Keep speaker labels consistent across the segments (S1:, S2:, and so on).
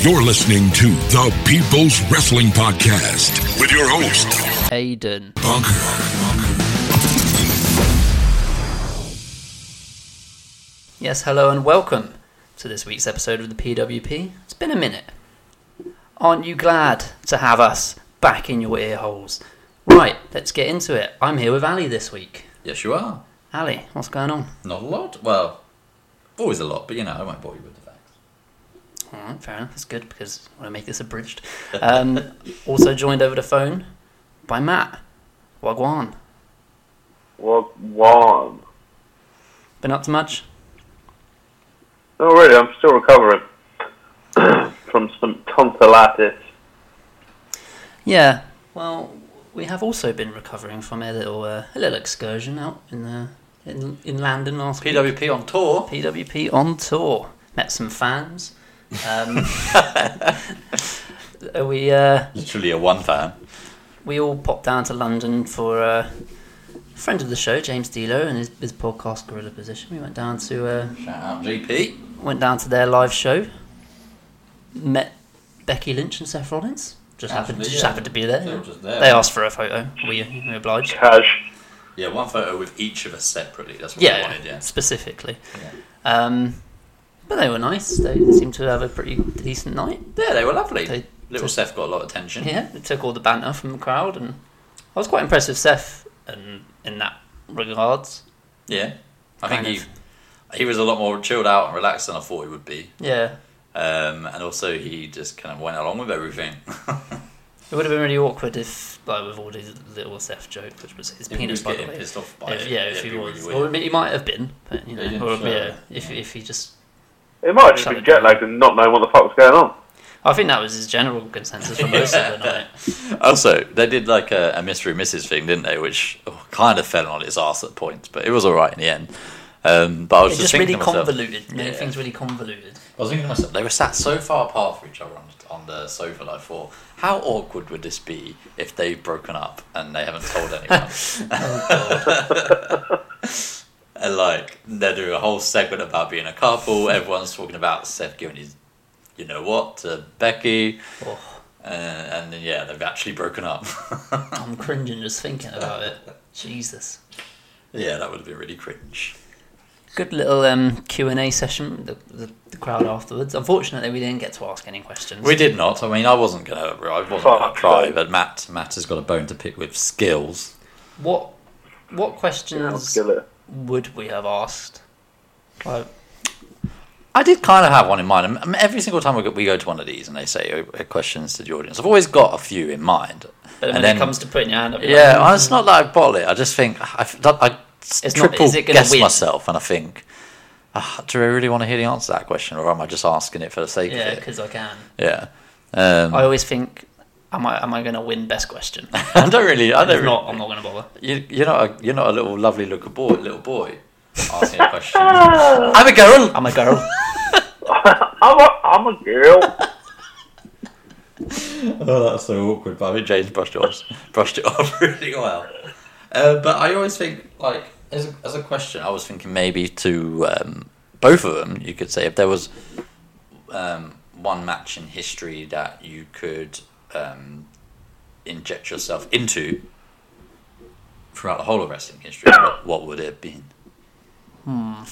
S1: You're listening to the People's Wrestling Podcast with your host,
S2: Aiden. Yes, hello and welcome to this week's episode of the PWP. It's been a minute. Aren't you glad to have us back in your ear holes? Right, let's get into it. I'm here with Ali this week.
S3: Yes, you are.
S2: Ali, what's going on?
S3: Not a lot. Well, always a lot, but you know, I won't bore you with the facts.
S2: All right, fair enough. That's good because I want to make this abridged. Um, also joined over the phone by Matt. Wagwan.
S4: Walk one.
S2: Been up to much?
S4: All right, I'm still recovering from some tonsillitis.
S2: Yeah. Well, we have also been recovering from a little uh, a little excursion out in the in, in London last week.
S3: PWP on tour.
S2: PWP on tour. Met some fans. Um, we uh,
S3: Literally a one fan.
S2: we all popped down to London for uh, a friend of the show, James Delo, and his, his podcast Gorilla Position. We went down to uh,
S3: Shout out GP.
S2: went down to their live show. Met Becky Lynch and Seth Rollins. Just happened,
S3: Absolutely,
S2: just
S3: yeah.
S2: happened to be there.
S3: They were just there.
S2: They asked for a photo. We, we obliged.
S4: Cash.
S3: Yeah, one photo with each of us separately. That's what I
S2: Yeah,
S3: wanted. Yeah.
S2: specifically.
S3: Yeah.
S2: Um, but they were nice. They seemed to have a pretty decent night.
S3: yeah, they were lovely.
S2: They-
S3: Little Seth got a lot of attention.
S2: Yeah, they took all the banter from the crowd, and I was quite impressed with Seth in, in that regards.
S3: Yeah. I
S2: Kind
S3: think
S2: of.
S3: he he was a lot more chilled out and relaxed than I thought he would be.
S2: Yeah,
S3: Um, and also, he just kind of went along with everything.
S2: it would have been really awkward if, like, with all these little Seth jokes, which was his
S3: If he
S2: penis,
S3: was
S2: by the
S3: getting
S2: way.
S3: pissed off by
S2: If-
S3: it,
S2: yeah,
S3: it'd
S2: if he
S3: be
S2: was,
S3: really
S2: or
S3: weird.
S2: he might have been, but you know,
S3: Yeah, yeah,
S2: or,
S3: sure.
S2: yeah, if if he just,
S4: It might have just
S2: Shut
S4: been
S2: it
S4: jet lagged and not knowing what the fuck was going on.
S2: I think that was his general consensus for most of the night.
S3: Also, they did like a, a Mr. and Mrs. thing, didn't they? Which oh, kind of fell on its arse at points, but it was all right in the end. Um, but I was
S2: It
S3: just,
S2: just really
S3: thinking to myself,
S2: convoluted. Made
S3: Yeah.
S2: things really convoluted.
S3: I was thinking to myself, they were sat so far apart from each other on, on the sofa. and I thought, how awkward would this be if they've broken up and they haven't told anyone?
S2: Oh,
S3: and like, they're doing a whole segment about being a couple. Everyone's talking about Seth giving his, you know what, to Becky.
S2: Oh.
S3: Uh, and then, yeah, they've actually broken up.
S2: I'm cringing just thinking about it. Jesus.
S3: yeah, that would have been really cringe.
S2: Good little um, Q and A session. The, the, the crowd afterwards. Unfortunately, we didn't get to ask any questions.
S3: We did not. I mean, I wasn't gonna. I wasn't gonna
S4: Fuck.
S3: try, but Matt, Matt has got a bone to pick with skills.
S2: What What
S4: I'll
S2: questions
S4: kill it.
S2: would we have asked? Like,
S3: I did kind of have one in mind. Um, Every single time we go, we go to one of these and they say uh, questions to the audience, I've always got a few in mind.
S2: but when
S3: And then-
S2: it comes to putting your hand up, you're
S3: Yeah,
S2: like,
S3: it's not that I bottle it. I just think I, f- that- I
S2: It's not-
S3: triple
S2: is it gonna
S3: guess
S2: win?
S3: myself, and I think, "Ah, do I really want to hear the answer to that question, or am I just asking it for the sake
S2: "Mm, yeah,
S3: of it?
S2: because I can.
S3: Yeah. Um,
S2: I
S3: I,
S2: always think, am I am I going to win best question? If
S3: don't really. I don't.
S2: not,
S3: Really,
S2: I'm not going to bother.
S3: you, you're not. A, you're not a little lovely looking boy. Little boy. Asking a question. I'm a girl.
S2: I'm a girl.
S4: I'm a, I'm a girl.
S3: Oh, that's so awkward. But I mean, James brushed it off, brushed it off really well. Uh, but I always think, like, as a, as a question, I was thinking maybe to um, both of them, you could say, if there was um, one match in history that you could um, inject yourself into throughout the whole of wrestling history, what, what would it have been? Hmm.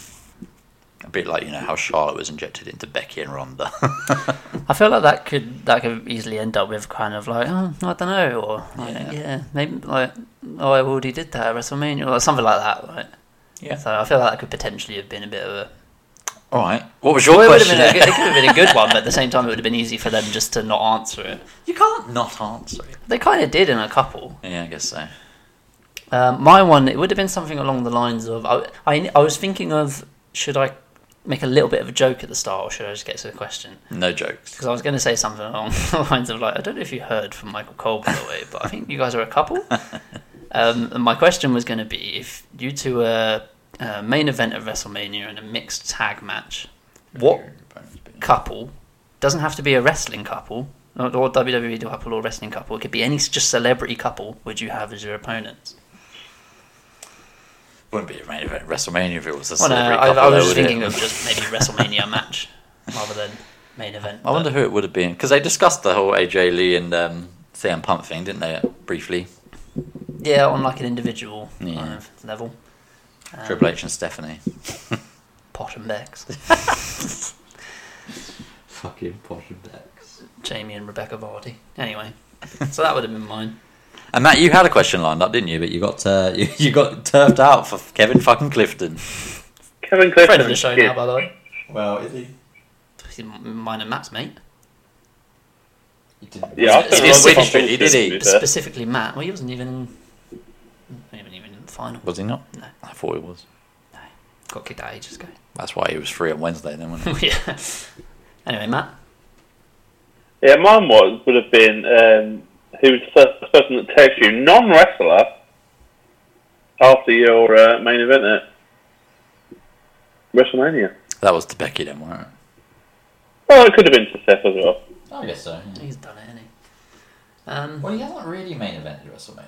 S3: A bit like, you know, how Charlotte was injected into Becky and Ronda.
S2: I feel like that could that could easily end up with kind of like oh I don't know or like, yeah.
S3: Yeah.
S2: maybe like oh I already did that at WrestleMania or something like that right
S3: Yeah.
S2: so I feel like that could potentially have been a bit of a
S3: All right. What was your
S2: it, would have
S3: question?
S2: been a good, it could have been a good one but at the same time it would have been easy for them just to not answer it
S3: You can't not answer it.
S2: they kind of did in a couple
S3: Yeah, I guess so.
S2: um, my one it would have been something along the lines of I, I I was thinking of should I make a little bit of a joke at the start or should I just get to the question
S3: No jokes.
S2: because I was going to say something along the lines of like, I don't know if you heard from Michael Cole by the way, but I think you guys are a couple. Um, and my question was going to be if you two were uh, main event of WrestleMania in a mixed tag match, what couple doesn't have to be a wrestling couple or or WWE couple or wrestling couple? It could be any s- just celebrity couple. Would you have as your opponents?
S3: Wouldn't be a main event at WrestleMania if it was a
S2: Well, no,
S3: celebrity
S2: I,
S3: couple.
S2: I
S3: though,
S2: was
S3: would
S2: thinking
S3: it?
S2: of just maybe WrestleMania match rather than main event.
S3: I wonder who it would have been because they discussed the whole AJ Lee and um, CM Punk thing, didn't they? Briefly,
S2: but yeah, on like an individual
S3: Yeah.
S2: kind of level. Um,
S3: Triple H and Stephanie.
S2: Pot and Bex,
S3: Fucking posh decks.
S2: Jamie and Rebecca Vardy. Anyway, so that would have been mine.
S3: And Matt, you had a question lined up, didn't you? But you got uh, you, you got turfed out for Kevin fucking Clifton.
S4: Kevin
S2: Friend
S4: Clifton.
S2: of the show
S4: kid.
S2: now, by the way.
S3: Well, is he?
S2: He's m- mine and Matt's mate.
S4: yeah, I've
S2: It's
S4: done a lot of
S2: Switch
S4: fucking
S3: Street,
S4: shit,
S3: did he?
S4: to be fair.
S2: Specifically, Matt. Well, he wasn't even in. He wasn't even in the final.
S3: Was he not?
S2: No.
S3: I thought he was.
S2: Got kicked out ages ago.
S3: That's why he was free on Wednesday then, wasn't
S2: yeah. Anyway, Matt.
S4: Yeah, mine was would have been um, who was the first person that texts you, non wrestler, after your uh, main event at WrestleMania.
S3: he? That was to Becky then, wasn't it?
S4: Well, it could have been to Seth as well.
S3: I guess so.
S2: He's done it, hasn't he? Um,
S3: Well, he hasn't really main evented WrestleMania.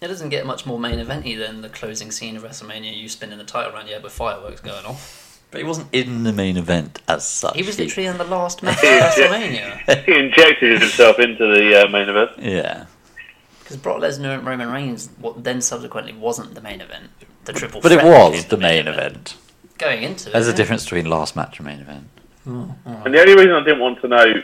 S2: it doesn't get much more main eventy than the closing scene of WrestleMania. You spinning the title round, yeah, with fireworks going off.
S3: But he wasn't in the main event as such.
S2: He was literally in the last match of WrestleMania
S4: He injected himself into the uh, main event.
S3: Yeah.
S2: because Brock Lesnar and Roman Reigns, what then subsequently wasn't the main event. The triple.
S3: But it
S2: threat
S3: was
S2: is
S3: the main event.
S2: Going into
S3: There's
S2: it,
S3: a
S2: yeah.
S3: difference between last match and main event.
S4: And the only reason I didn't want to know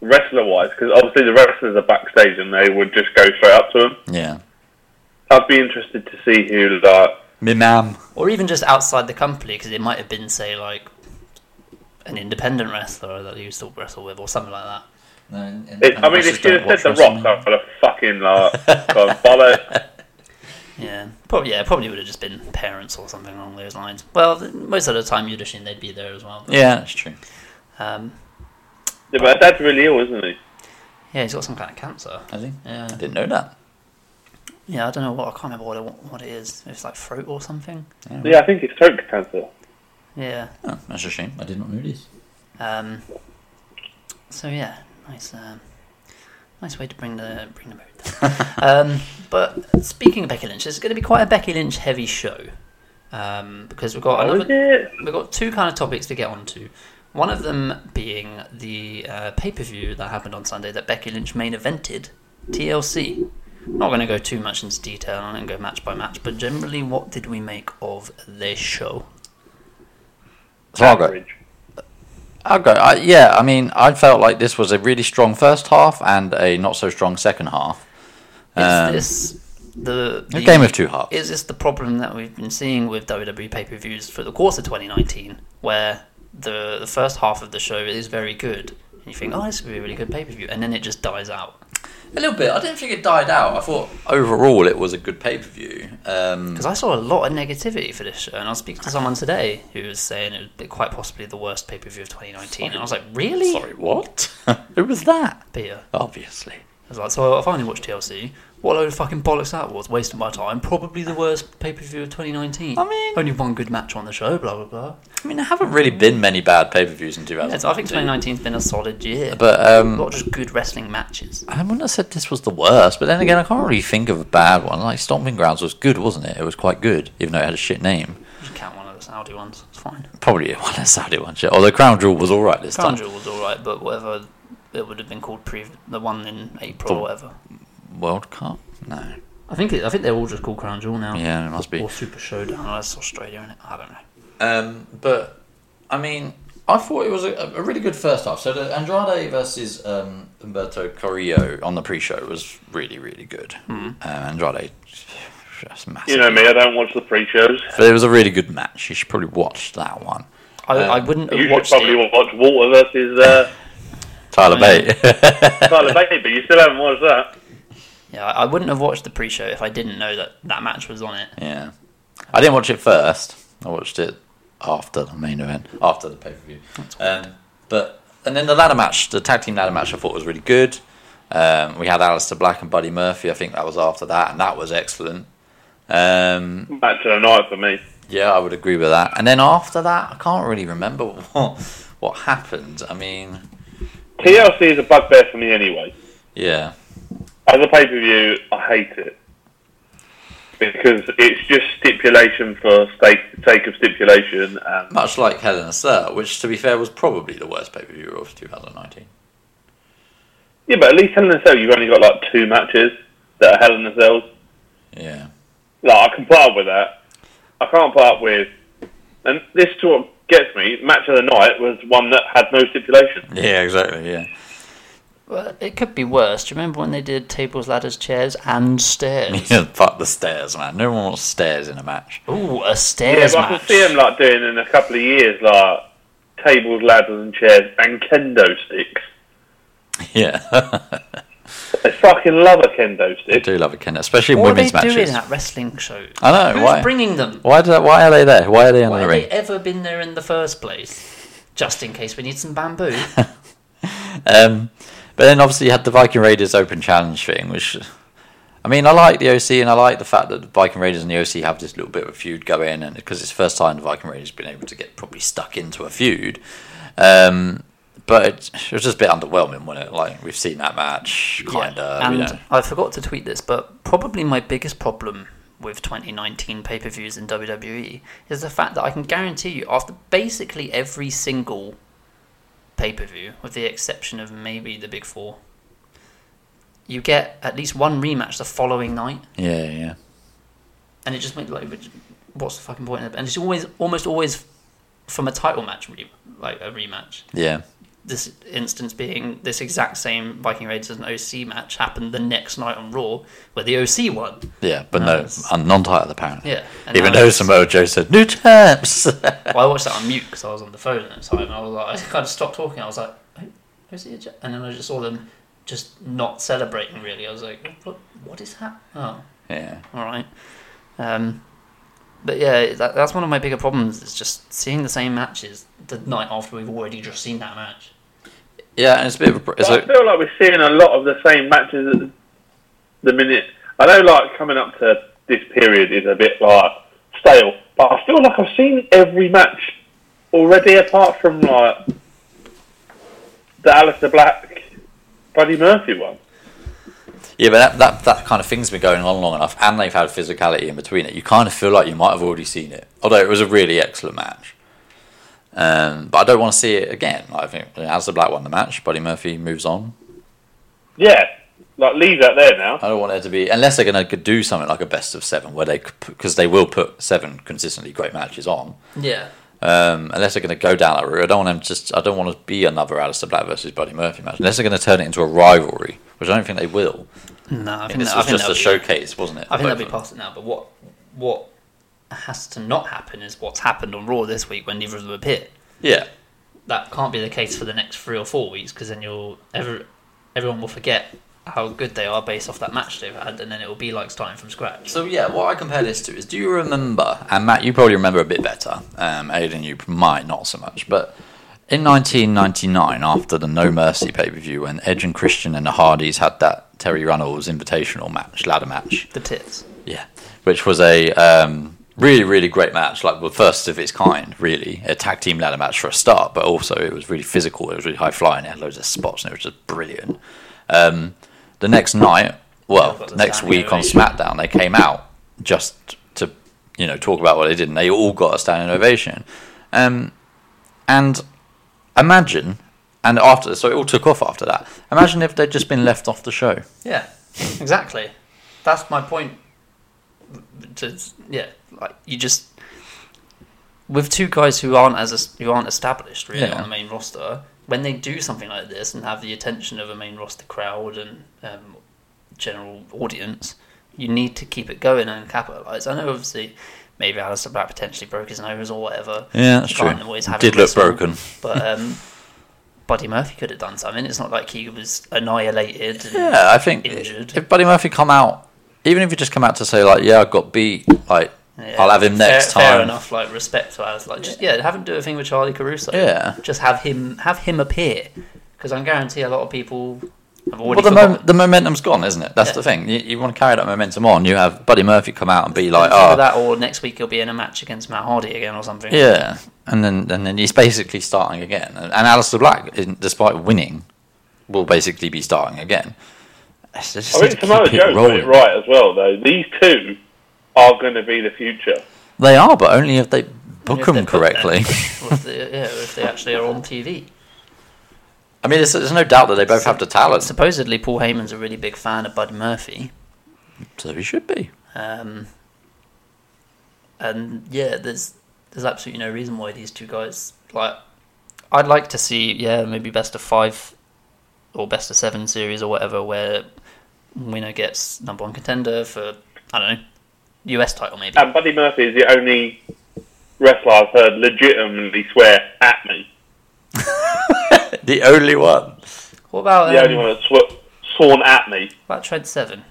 S4: wrestler wise, because obviously the wrestlers are backstage and they would just go straight up to him.
S3: Yeah.
S4: I'd be interested to see who like
S3: Mimam.
S2: or even just outside the company because it might have been say like an independent wrestler that you still wrestle with or something like that.
S4: It, I mean, if she had said The Rock, I would have fucking like gone bollocks.
S2: Yeah, probably. Yeah, probably would have just been parents or something along those lines. Well, th- most of the time you'd assume they'd be there as well.
S3: Yeah, that's true.
S2: Um,
S4: Yeah, but dad's really ill, isn't he?
S2: yeah, he's got some kind of cancer.
S3: I think.
S2: Yeah.
S3: I didn't know that.
S2: Yeah, I don't know what I can't remember what it, what it is. It's like throat or something.
S4: Yeah, I think it's throat cancer.
S2: Yeah.
S3: Oh, that's a shame. I did not know this.
S2: Um, so yeah, nice, um, nice way to bring the bring the mood. down. um, but speaking of Becky Lynch, it's going to be quite a Becky Lynch heavy show um, because we've got
S4: Oh, is
S2: another.
S4: it?
S2: we've got two kind of topics to get onto. One of them being the uh, pay per view that happened on Sunday that Becky Lynch main evented, TLC. Not going to go too much into detail on it and go match by match, but generally, what did we make of this show?
S3: So I'll go. I'll go. I, yeah, I mean, I felt like this was a really strong first half and a not so strong second half.
S2: Is
S3: Um,
S2: this the,
S3: A
S2: the-
S3: game of two halves.
S2: Is this the problem that we've been seeing with WWE pay per views for the course of 2019, where the the first half of the show is very good, and you think, oh, this would be a really good pay per view, and then it just dies out.
S3: A little bit. I didn't think it died out. I thought overall it was a good pay per view. Um,
S2: Because I saw a lot of negativity for this show, and I was speaking to someone today who was saying it was be- quite possibly the worst pay per view of 2019, and I was like, really?
S3: sorry, what? Who was that?
S2: Peter.
S3: Obviously.
S2: I was like, so I finally watched TLC. What a load of fucking bollocks that was, wasting my time. Probably the worst pay per view of 2019.
S3: I mean-
S2: only one good match on the show, blah blah blah.
S3: I mean, there haven't really been many bad pay per views in 2000.
S2: Yeah, so I think 2019's been a solid year.
S3: But
S2: a
S3: um,
S2: lot of just good wrestling matches.
S3: I wouldn't have said this was the worst, but then again, I can't really think of a bad one. Like Stomping Grounds was good, wasn't it? It was quite good, even though it had a shit name.
S2: Just count one of the Saudi ones. It's fine.
S3: Probably one of Saudi one shit. Although Crown Jewel was all right this time.
S2: Chandra was alright, but whatever it would have been called, pre- the one in April
S3: The-
S2: or whatever.
S3: World Cup? No.
S2: I think it, I think they're all just called Crown Jewel now.
S3: Yeah, it must be.
S2: Or Super Showdown. Oh, that's Australia, isn't it? I don't know.
S3: Um, but I mean, I thought it was a, a really good first half. So the Andrade versus um, Umberto Carrillo on the pre-show was really, really good. Um, Andrade, just massive.
S4: You know me, I don't watch the pre-shows.
S3: But it was a really good match. You should probably watch that one.
S2: I, I wouldn't
S4: You
S2: have
S4: should
S2: watched
S4: probably
S2: it.
S4: watch Walter versus uh,
S3: Tyler
S2: Yeah.
S3: Bate.
S4: Tyler Bailey, but you still haven't watched that.
S2: Yeah, I I wouldn't have watched the pre-show if I didn't know that that match was on it.
S3: yeah, I didn't watch it first. I watched it after the main event, after the pay per view. Um, but and then the ladder match, the tag team ladder match, I thought was really good. Um, we had Alistair Black and Buddy Murphy. I think that was after that, and that was excellent. Um,
S4: Match of the night for me.
S3: yeah, I would agree with that. And then after that, I can't really remember what what happened. I mean,
S4: TLC is a bugbear for me anyway.
S3: yeah,
S4: As a pay-per-view, I hate it. because it's just stipulation for sake, sake of stipulation. And
S3: Much like Hell in a Cell, which to be fair was probably the worst pay per view of 2019.
S4: yeah, but at least Hell in a Cell, you've only got like two matches that are Hell in a Cells.
S3: Yeah.
S4: Like I can put up with that. I can't put up with, and this is what gets me. Match of the night was one that had no stipulation.
S3: Yeah, exactly. Yeah.
S2: Well, it could be worse. Do you remember when they did tables, ladders, chairs, and stairs?
S3: Yeah, fuck the stairs, man. No one wants stairs in a match.
S2: Ooh, a
S4: Yeah,
S2: stairs
S4: but I
S2: match.
S4: can see him like doing in a couple of years, like tables, ladders, and chairs, and kendo sticks.
S3: Yeah.
S4: I fucking love a kendo
S3: I
S4: stick.
S3: do love a Ken, especially in
S2: what are they
S3: women's
S2: doing
S3: matches.
S2: at wrestling shows?
S3: I know,
S2: Who's
S3: why-
S2: bringing them?
S3: Why, do, why are they there? Why are they in
S2: Why
S3: the
S2: have
S3: ring?
S2: they ever been there in the first place? Just in case we need some bamboo.
S3: Um, but then obviously you had the Viking Raiders Open Challenge thing, which I mean, I like the OC and I like the fact that the Viking Raiders and the OC have this little bit of a feud going, and because it's the first time the Viking Raiders have been able to get probably stuck into a feud. Um, but it, it was just a bit underwhelming, wasn't it? Like we've seen that match, kind
S2: Yeah,
S3: of.
S2: And
S3: You know.
S2: I forgot to tweet this, but probably my biggest problem with 2019 pay per views in WWE is the fact that I can guarantee you, after basically every single pay per view, with the exception of maybe the big four, you get at least one rematch the following night,
S3: Yeah, yeah.
S2: and it just makes like, which- what's the fucking point? Of it? And it's always, almost always, from a title match, re- like a rematch
S3: Yeah.
S2: this instance being this exact same Viking Raiders and OC match happened the next night on Raw where the OC won.
S3: Yeah, but
S2: No,
S3: no,
S2: it's-
S3: I'm non-titled apparently.
S2: Yeah. And
S3: Even
S2: now
S3: though
S2: it's-
S3: Samoa Joe said new champs.
S2: well, I watched that on mute because I was on the phone at the time and I was like, I kind of stopped talking. I was like, "Who- who's the agent?" And then I just saw them just not celebrating really. I was like, what, what is happening? Oh,
S3: yeah.
S2: all right. Um, but yeah, that, that's one of my bigger problems is just seeing the same matches the night after we've already just seen that match.
S3: Yeah, and it's a bit of a. It's
S4: But I
S3: a
S4: feel like we're seeing a lot of the same matches at the minute. I know, like coming up to this period is a bit like stale, but I feel like I've seen every match already, apart from like the Alistair Black, Buddy Murphy one.
S3: Yeah, but that, that that kind of thing's been going on long enough, and they've had physicality in between it. You kind of feel like you might have already seen it, although it was a really excellent match. Um, but I don't want to see it again. Like, I think as the Black won the match, Buddy Murphy moves on.
S4: Yeah, like leave that there now.
S3: I don't want there to be unless they're going to do something like a best of seven, where they because they will put seven consistently great matches on.
S2: Yeah.
S3: Um, unless they're going to go down that route, I don't want them to just. I don't want to be another Alistair Black versus Buddy Murphy match. Unless they're going to turn it into a rivalry, which I don't think they will.
S2: No, I
S3: I
S2: think, that-
S3: mean, this
S2: I
S3: was
S2: think
S3: just
S2: that'll be-
S3: a showcase, wasn't it?
S2: I think
S3: Both
S2: they'll be
S3: of them.
S2: past it now. But what what has to not happen is what's happened on Raw this week when neither of them appeared.
S3: Yeah.
S2: That can't be the case for the next three or four weeks because then you'll ever everyone will forget how good they are based off that match they've had, and then it will be like starting from scratch.
S3: So yeah, what I compare this to is, do you remember? And Matt, you probably remember a bit better. Um, Aidan, you might not so much. But in 1999, after the No Mercy pay per view, when Edge and Christian and the Hardys had that Terry Runnels Invitational match, ladder match,
S2: The tits.
S3: yeah, which was a um, really, really great match, like the first of its kind, really, a tag team ladder match for a start. But also, it was really physical. It was really high flying. It had loads of spots, and it was just brilliant. Um, the next night,
S2: I've
S3: well,
S2: got the
S3: next
S2: standing
S3: week on
S2: ovation.
S3: SmackDown, they came out just to you know talk about what they did, and they all got a standing ovation. Um, and imagine, and after so it all took off after that. Imagine if they'd just been left off the show.
S2: Yeah, exactly. That's my point. To, yeah, like you just with two guys who aren't as es- who aren't established really
S3: Yeah.
S2: on the main roster. When they do something like this and have the attention of a main roster crowd and um, general audience, you need to keep it going and capitalise. I know, obviously, maybe Alistair Black potentially broke his nose or whatever.
S3: Yeah, that's
S2: You
S3: true.
S2: can't always have
S3: Did
S2: it
S3: look
S2: wrestle.
S3: broken.
S2: but um, Buddy Murphy could have done something. It's not like he was annihilated. And,
S3: Yeah, I think
S2: Injured.
S3: if Buddy Murphy come out, even if you just come out to say like, "Yeah, I got beat," like
S2: Yeah.
S3: I'll have him next
S2: fair,
S3: time.
S2: Fair enough, like respect to us. Like just yeah, have him do a thing with Charlie Caruso.
S3: Yeah.
S2: Just have him have him appear. Because I guarantee a lot of people have
S3: Well,
S2: already
S3: the,
S2: forgotten.
S3: mom- the momentum's gone, isn't it? That's
S2: Yeah.
S3: the thing. You, you want to carry that momentum on. You have Buddy Murphy come out and be like,
S2: Either
S3: "Oh,
S2: that or next week he'll be in a match against Matt Hardy again or something.
S3: yeah," and then and then he's basically starting again. And, and Alistair Black, in- despite winning, will basically be starting again. It's just
S4: I
S3: need
S4: think
S3: to
S4: Samoa
S3: keep it
S4: Joe's got
S3: rolling.
S4: it right as well, though. These two are going to be the future.
S3: They are, but only if they book
S2: If they
S3: them
S2: put them.
S3: correctly.
S2: Or if they, yeah, or if they actually are on TV.
S3: I mean, it's, there's no doubt that they both have the talent,
S2: Supposedly, Paul Heyman's a really big fan of Bud Murphy.
S3: so he should be.
S2: Um, and yeah, there's there's absolutely no reason why these two guys like. I'd like to see yeah maybe best of five or best of seven series or whatever where winner gets number one contender for I don't know US title maybe.
S4: And Buddy Murphy is the only wrestler I've heard legitimately swear at me.
S3: The only one.
S2: what about
S4: The only
S2: um,
S4: one that's sw- sworn at me.
S2: what about Trent Seven?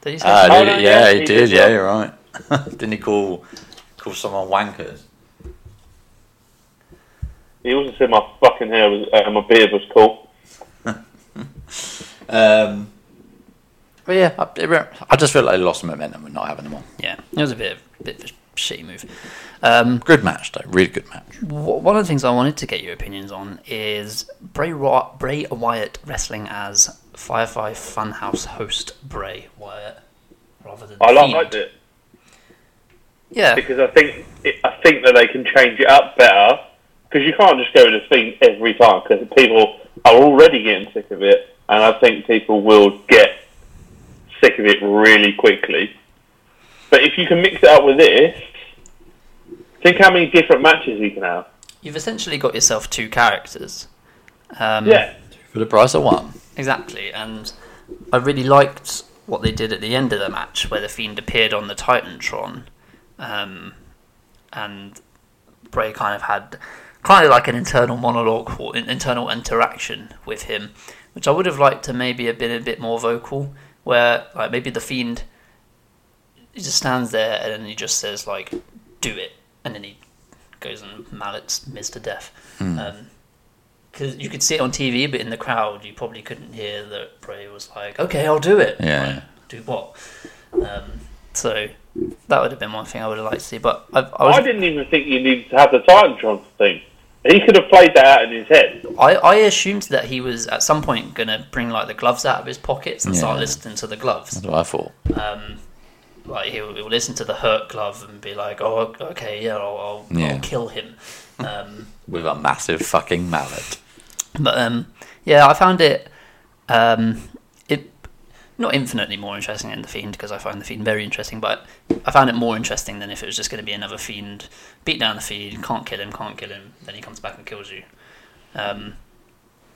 S2: Did he say
S3: Ah,
S4: Oh,
S3: did
S4: no,
S3: he?
S4: yeah,
S3: yeah,
S4: he
S3: he did.
S4: did,
S3: Yeah,
S4: yeah.
S3: you're right. Didn't he call call someone wankers?
S4: He also said my fucking hair was, uh, my beard was cool.
S3: Um, but yeah, I, it re- I just feel like they lost momentum with not having them on.
S2: yeah, it was a bit bit of a shitty move. Um,
S3: Good match though, really good match.
S2: Wh- One of the things I wanted to get your opinions on is Bray, Ro- Bray Wyatt wrestling as Firefly Funhouse host Bray Wyatt rather than
S4: I
S2: Fiend.
S4: like, liked it
S2: Yeah,
S4: because I think it, I think that they can change it up better because you can't just go to Fiend every time because people are already getting sick of it, and I think people will get sick of it really quickly. But if you can mix it up with this, think how many different matches you can have.
S2: you've essentially got yourself two characters. Um,
S4: Yeah,
S3: For the price of one,
S2: exactly. And I really liked what they did at the end of the match, where the Fiend appeared on the Titantron, um, and Bray kind of had kind of like an internal monologue or an internal interaction with him, which I would have liked to maybe have been a bit more vocal, where like maybe the Fiend he just stands there and then he just says like, "Do it," and then he goes and mallets Miz to death. Um, because you could see it on TV, but in the crowd, you probably couldn't hear that Bray was like, "Okay, I'll do it."
S3: Yeah.
S2: Like, do what? Um, so that would have been one thing I would have liked to see. But I, I, was,
S4: I didn't even think you needed to have the Titantron thing. He could have played that out in his head.
S2: I, I assumed that he was at some point going to bring like the gloves out of his pockets and start
S3: Yeah.
S2: listening to the gloves.
S3: that's what I thought.
S2: Um, like he'll, he'll listen to the hurt glove and be like, "Oh, okay, yeah, I'll, I'll,
S3: Yeah.
S2: I'll kill him." Um,
S3: With a massive fucking mallet.
S2: But um, yeah, I found it um, it not infinitely more interesting than the Fiend because I find the Fiend very interesting. But I found it more interesting than if it was just going to be another Fiend beat down the Fiend, can't kill him, can't kill him, then he comes back and kills you. Um,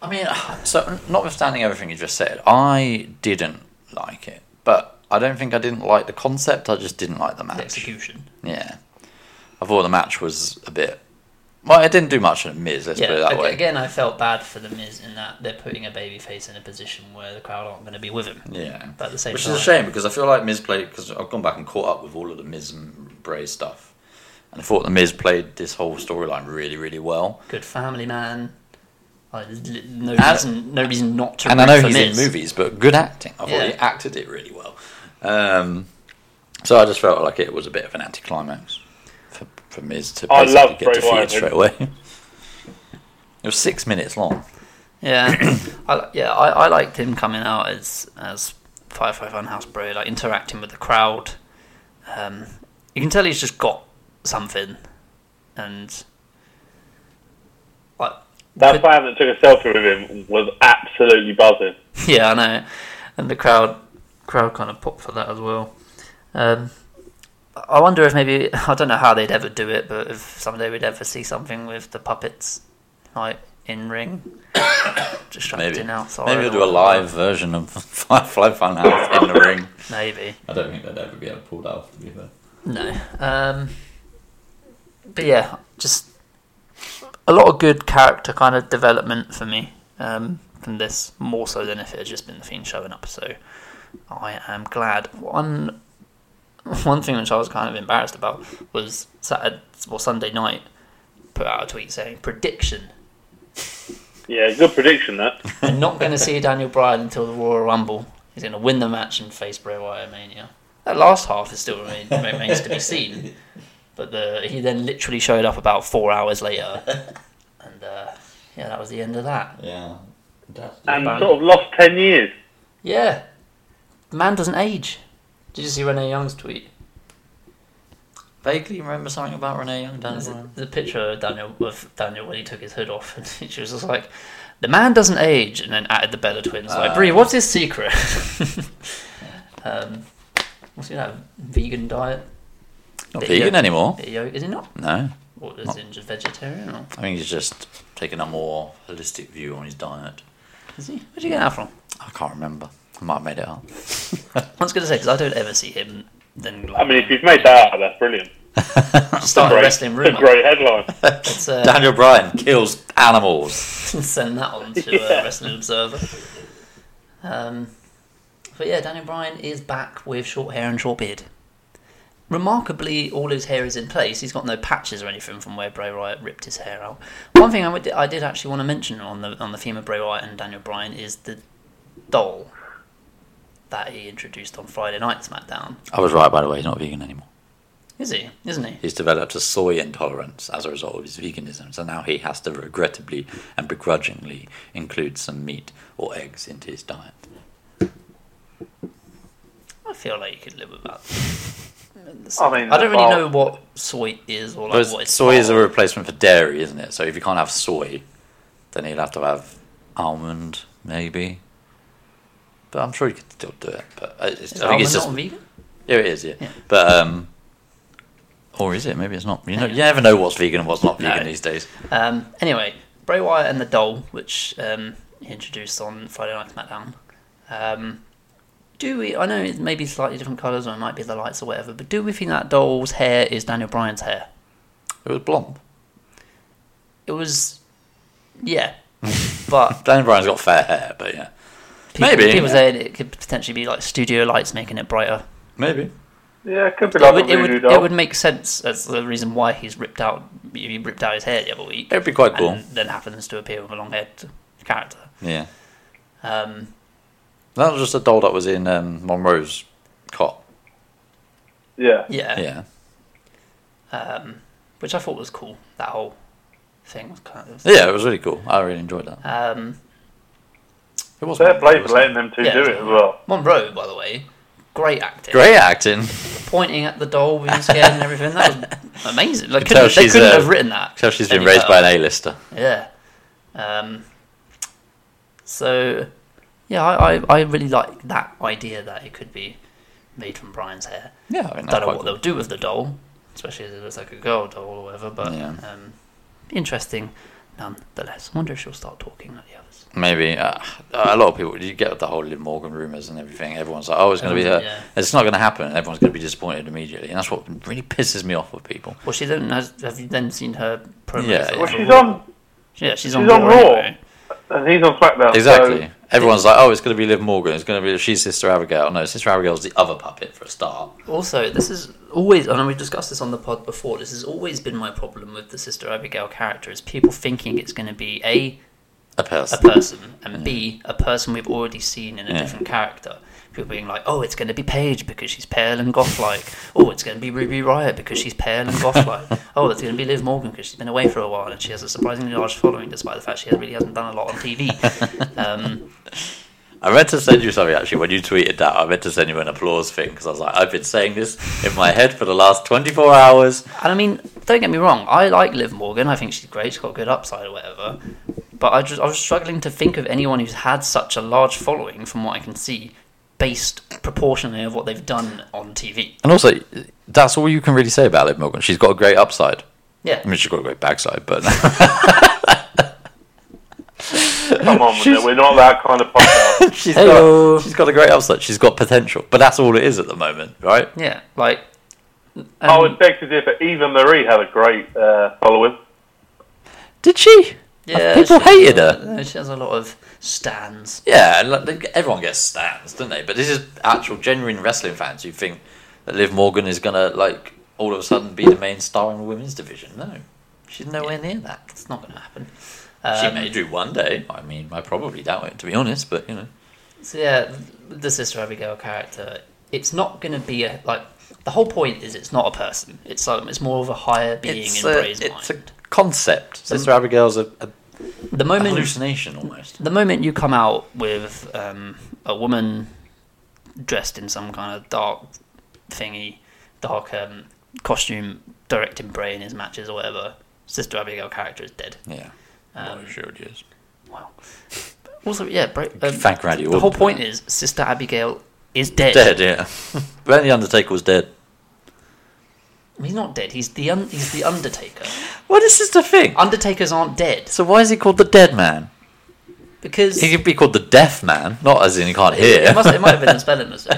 S3: I mean, so notwithstanding everything you just said, I didn't like it, but I don't think I didn't like the concept. I just didn't like
S2: the
S3: the match.
S2: execution.
S3: Yeah, I thought the match was a bit. Well, it didn't do much for Miz. Let's put it that
S2: ag-
S3: way.
S2: again, I felt bad for the Miz in that they're putting a babyface in a position where the crowd aren't going to be with him.
S3: Yeah,
S2: But at the same
S3: which
S2: time,
S3: is a shame because I feel like Miz played because I've gone back and caught up with all of the Miz and Bray stuff, and I thought the Miz played this whole storyline really, really well.
S2: good family man. Like, there's li- no
S3: And-
S2: reason, no reason not to.
S3: and I
S2: root
S3: know
S2: for
S3: he's
S2: Miz.
S3: in movies, but good acting. I thought
S2: Yeah.
S3: he acted it really well. Um, so I just felt like it was a bit of an anticlimax for, for Miz to
S4: I
S3: basically
S4: love
S3: get
S4: Bray
S3: defeated
S4: Wyatt.
S3: straight away. it was six minutes long.
S2: Yeah, I, li- yeah, I, I liked him coming out as as Firefly Funhouse Bro, like interacting with the crowd. Um, you can tell he's just got something, and like
S4: That fan that took a selfie with him was absolutely buzzing.
S2: yeah, I know, and the crowd crowd kind of popped for that as well. Um, I wonder if maybe I don't know how they'd ever do it, but if someday we'd ever see something with the puppets like in ring,
S3: Maybe
S2: distracting outside.
S3: maybe they'll
S2: or-
S3: do a live version of Firefly Funhouse in the ring.
S2: Maybe.
S3: I don't think they'd ever be able to pull that off. To be fair.
S2: No. Um, but yeah, just a lot of good character kind of development for me um, from this, more so than if it had just been the Fiend showing up. So I am glad. One one thing which I was kind of embarrassed about was Saturday or Sunday night put out a tweet saying prediction.
S4: Yeah, good prediction that.
S2: I'm not going to see Daniel Bryan until the Royal Rumble. He's going to win the match and face Bray Wyatt at Mania. That last half is still remain, remains to be seen. But the, he then literally showed up about four hours later, and uh, yeah, that was the end of that.
S3: Yeah. That's-
S4: and
S2: man.
S4: sort of lost 10 years.
S2: Yeah, the man doesn't age. Did you see Renee Young's tweet?
S3: Vaguely remember something about Renee Young down the line.
S2: The picture of Daniel of Daniel when he took his hood off, and she was just like, "The man doesn't age," and then added the Bella twins. Like,
S3: Ah.
S2: Brie, what's his secret? um, what's he that vegan diet?
S3: Not
S2: Bit
S3: vegan
S2: yo-
S3: anymore.
S2: bit yo- Is he not?
S3: No,
S2: Or is he just vegetarian? Or
S3: I think he's just taking a more holistic view on his diet.
S2: is he? Where'd you get that from?
S3: I can't remember. I might have made it up.
S2: I was going to say because I don't ever see him. Then like,
S4: I mean, if you've made that up, that's brilliant.
S2: start a
S4: Great-
S2: wrestling
S4: a
S2: rumor.
S4: great headline.
S2: Let's, uh,
S3: Daniel Bryan kills animals.
S2: send that on to uh,
S4: Yeah.
S2: Wrestling Observer. Um, but yeah, Daniel Bryan is back with short hair and short beard. Remarkably, all his hair is in place. He's got no patches or anything from where Bray Wyatt ripped his hair out. One thing I, would, I did actually want to mention on the on the theme of Bray Wyatt and Daniel Bryan is the doll that he introduced on Friday Night SmackDown.
S3: I was right, by the way. He's not vegan anymore.
S2: Is he? Isn't he?
S3: He's developed a soy intolerance as a result of his veganism, so now he has to regrettably and begrudgingly include some meat or eggs into his diet.
S2: I feel like you could live with that.
S4: I mean,
S2: I don't really
S4: well,
S2: know what soy is or like
S3: But
S2: what it's
S3: soy is a
S2: called.
S3: replacement for dairy, isn't it? So if you can't have soy, then you'll have to have almond, maybe. But I'm sure you could still do it. But I- it's,
S2: Is
S3: I think
S2: almond
S3: it's just
S2: not vegan.
S3: yeah, it is. Yeah,
S2: Yeah.
S3: but um, or is it? Maybe it's not. You know, you never know what's vegan and what's not vegan
S2: No.
S3: these days.
S2: Um, anyway, Bray Wyatt and the Doll, which um, he introduced on Friday Night SmackDown. Um, do we? I know it may be slightly different colours, or it might be the lights or whatever. But do we think that doll's hair is Daniel Bryan's hair?
S3: It was blonde.
S2: It was, yeah. but
S3: Daniel Bryan's got fair hair, but yeah,
S2: people,
S3: Maybe.
S2: people saying it could potentially be like studio lights making it brighter.
S3: maybe.
S4: Yeah, it could be
S2: It
S4: like
S2: would,
S4: a
S2: it
S4: voodoo
S2: would,
S4: doll.
S2: it would make sense as the reason why he's ripped out. He ripped out his hair the other week.
S3: It'd be quite cool.
S2: And then happens to appear with a long haired character.
S3: Yeah,
S2: Um,
S3: that was just a doll that was in um, Monroe's cot.
S4: yeah.
S2: yeah.
S3: Yeah,
S2: um, which I thought was cool. That whole thing was kind of
S3: yeah, it was really cool. I really enjoyed that.
S2: um,
S3: It was
S4: Fair play
S3: it was
S4: for letting them two
S2: Yeah.
S4: do it as well.
S2: Monroe, by the way. Great acting,
S3: great acting.
S2: pointing at the doll being scared and everything. That was amazing. Like,
S3: can
S2: couldn't,
S3: tell
S2: they
S3: she's,
S2: couldn't
S3: uh,
S2: have written that.
S3: So she's been
S2: any
S3: raised by
S2: better.
S3: an A-lister.
S2: yeah. Um, so yeah, I, I, I really like that idea that it could be made from Brian's hair.
S3: Yeah, I mean,
S2: don't know
S3: quite
S2: what they'll do with the doll, especially as it looks like a girl doll or whatever. But
S3: Yeah.
S2: um, interesting, nonetheless. I wonder if she'll start talking like the others.
S3: Maybe uh, a lot of people. You get the whole Liv Morgan rumors and everything. Everyone's like, "Oh, it's going to be her."
S2: Everyone- yeah.
S3: It's not going to happen. and Everyone's going to be disappointed immediately, and that's what really pisses me off with people.
S2: Well, she then has. Have you then seen her promo?
S3: Yeah,
S2: for-
S3: yeah.
S4: Well,
S2: for
S4: she's
S2: Raw?
S4: on,
S2: Yeah, she's,
S4: she's on Raw.
S2: anyway.
S4: and he's on SmackDown.
S3: Exactly.
S4: So,
S3: Everyone's like, "Oh, it's going to be Liv Morgan. It's going to be she's Sister Abigail." No, Sister Abigail's the other puppet for a start.
S2: Also, this is always, and we've discussed this on the pod before. This has always been my problem with the Sister Abigail character: is people thinking it's going to be a
S3: A
S2: a
S3: person.
S2: person and b a person we've already seen in a
S3: Yeah.
S2: different character. People being like, "Oh, it's going to be Paige because she's pale and goth-like." oh, it's going to be Ruby Riot because she's pale and goth-like. oh, it's going to be Liv Morgan because she's been away for a while and she has a surprisingly large following, despite the fact she really hasn't done a lot on TV. um,
S3: I meant to send you something actually when you tweeted that. I meant to send you an applause thing because I was like, "I've been saying this in my head for the last 24 hours."
S2: And I mean, don't get me wrong, I like Liv Morgan. I think she's great. She's got good upside or whatever. But I, just, I was struggling to think of anyone who's had such a large following, from what I can see, based proportionally of what they've done on TV.
S3: And also, that's all you can really say about Liv Morgan. She's got a great upside.
S2: Yeah.
S3: I mean, she's got a great backside, but.
S4: come on, with it. we're not that kind of podcast.
S3: she's
S2: Hello.
S3: got she's got a great upside. She's got potential, but that's all it is at the moment, right?
S2: Yeah. Like. and-
S4: I was beg to differ. Eva Marie had a great uh, following.
S3: Did she?
S2: yeah,
S3: people
S2: she-
S3: hated her.
S2: uh, She has a lot of stands.
S3: Yeah, and, like, they- everyone gets stands, don't they? But this is actual genuine wrestling fans who think that Liv Morgan is gonna like all of a sudden be the main star in the women's division. No, she's nowhere near that.
S2: It's not going to happen.
S3: she
S2: Um,
S3: may do one day. I mean, I probably doubt it to be honest, but you know,
S2: So yeah, the Sister Abigail character, it's not going to be a like. The whole point is it's not a person. It's like it's more of a higher being
S3: it's,
S2: in
S3: a,
S2: Bray's
S3: it's a
S2: mind.
S3: concept. Sister Abigail's a, a
S2: the moment
S3: hallucination almost.
S2: the moment you come out with um, a woman dressed in some kind of dark thingy, dark um, costume, directing Bray in his matches or whatever. Sister Abigail character is dead.
S3: Yeah.
S2: Um,
S3: well, sure it is.
S2: Wow. Also, yeah, Bray. Um,
S3: Thank Randy
S2: The
S3: Orton
S2: whole
S3: for
S2: point
S3: that.
S2: is Sister Abigail is
S3: Dead, yeah. when the Undertaker was dead.
S2: He's not dead. He's the un- he's the Undertaker.
S3: Well, this is the thing.
S2: Undertakers aren't dead
S3: So why is he called the Dead Man?
S2: because
S3: He could be called the Deaf Man, not as in he can't
S2: it,
S3: hear.
S2: must, it might have been a spelling mistake.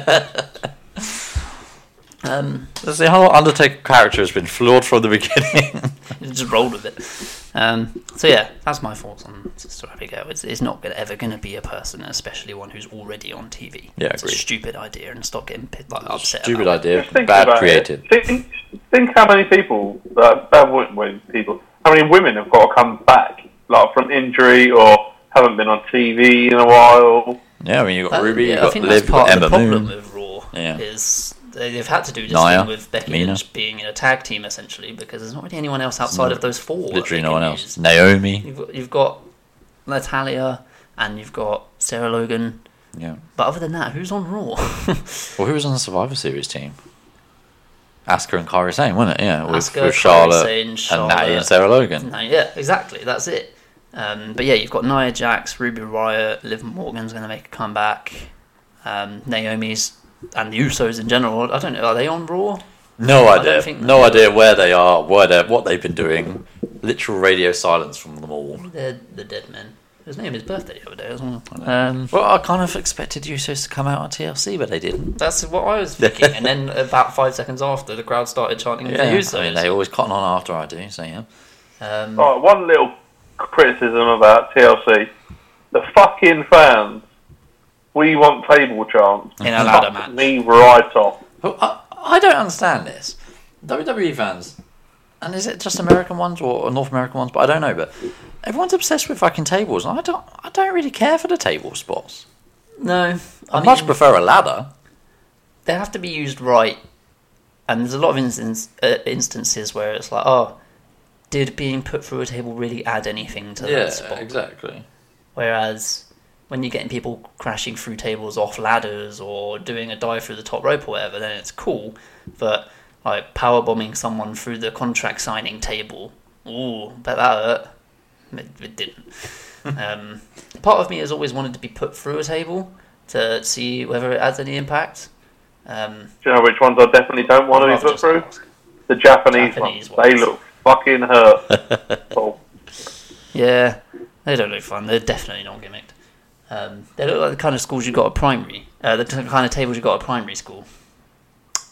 S2: um,
S3: That's the whole Undertaker character has been flawed from the beginning.
S2: it just rolled with it. Um, so yeah, that's my thoughts on Sister Abigail. It's, it's not gonna, ever going to be a person, especially one who's already on TV.
S3: Yeah,
S2: it's a
S3: agreed.
S2: stupid idea, and stop getting pit, like, upset.
S3: Stupid
S2: about it.
S3: idea,
S4: Just think
S3: bad
S4: about it.
S3: created.
S4: Think, think how many people, uh, bad wo- wo- people, how many women have got to come back, like from injury or haven't been on TV in a while.
S3: Yeah, I mean, you
S2: That-
S3: got Ruby,
S2: Uh, yeah,
S3: you
S2: I
S3: got
S2: think
S3: Liv,
S2: that's
S3: you got
S2: part of the
S3: Ember
S2: problem
S3: Moon.
S2: with Raw.
S3: Yeah.
S2: Is they- they've had to do this
S3: Nia,
S2: thing with Becky
S3: Mina.
S2: Lynch being in a tag team essentially because there's not really anyone else outside of those four. that
S3: Mm. Literally
S2: they
S3: no
S2: can
S3: one
S2: use.
S3: else. Naomi.
S2: You've got, you've got Natalia and you've got Sarah Logan.
S3: Yeah.
S2: But other than that, who's on Raw?
S3: Well, who was on the Survivor Series team? Asuka and Kairi Sane, wasn't it? Yeah, with,
S2: Asuka, Kairi
S3: with Charlotte,
S2: Sane,
S3: and Natty
S2: Charlotte.
S3: and Sarah Logan.
S2: no, yeah, exactly. That's it. Um, but yeah, you've got Nia Jax, Ruby Riot, Liv Morgan's going to make a comeback. Um, Naomi's and the Usos in general. I don't know. Are they on Raw?
S3: No
S2: I
S3: idea.
S2: don't think-
S3: no idea where they are, where they what they've been doing. Literal radio silence from them all.
S2: They're the dead men. His name is birthday the other day as well. Um,
S3: Well, I kind of expected Usos to come out on TLC, but they didn't.
S2: that's what I was thinking. and then about five seconds after, the crowd started chanting the Usos.
S3: I mean, they always cotton on after I do, so yeah.
S2: um,
S4: All right, Oh, one little criticism about TLC: the fucking fans. We want table chance
S2: In a ladder
S4: Fuck
S2: match.
S4: Me right off.
S3: But I, I don't understand this. WWE fans, and is it just American ones or or North American ones? But I don't know. But everyone's obsessed with fucking tables, and I don't. I don't really care for the table spots.
S2: no.
S3: I, much prefer a ladder.
S2: they have to be used right. And there's a lot of instance, uh, instances where it's like, oh, did being put through a table really add anything to that spot?
S3: exactly.
S2: Whereas when you're getting people crashing through tables off ladders or doing a dive through the top rope or whatever, then it's cool. But like power bombing someone through the contract signing table, ooh, bet that hurt. It, it didn't. um, part of me has always wanted to be put through a table to see whether it has any impact. Um,
S4: Do you know which ones I definitely don't want to
S2: rather
S4: be put
S2: just
S4: through?
S2: ask.
S4: The Japanese,
S2: Japanese
S4: ones. They
S2: ones.
S4: look fucking hurt. oh.
S2: Yeah, they don't look fun. They're definitely not gimmicked. Um, they look like the kind of schools you got at primary, uh, the t- kind of tables you got at primary school.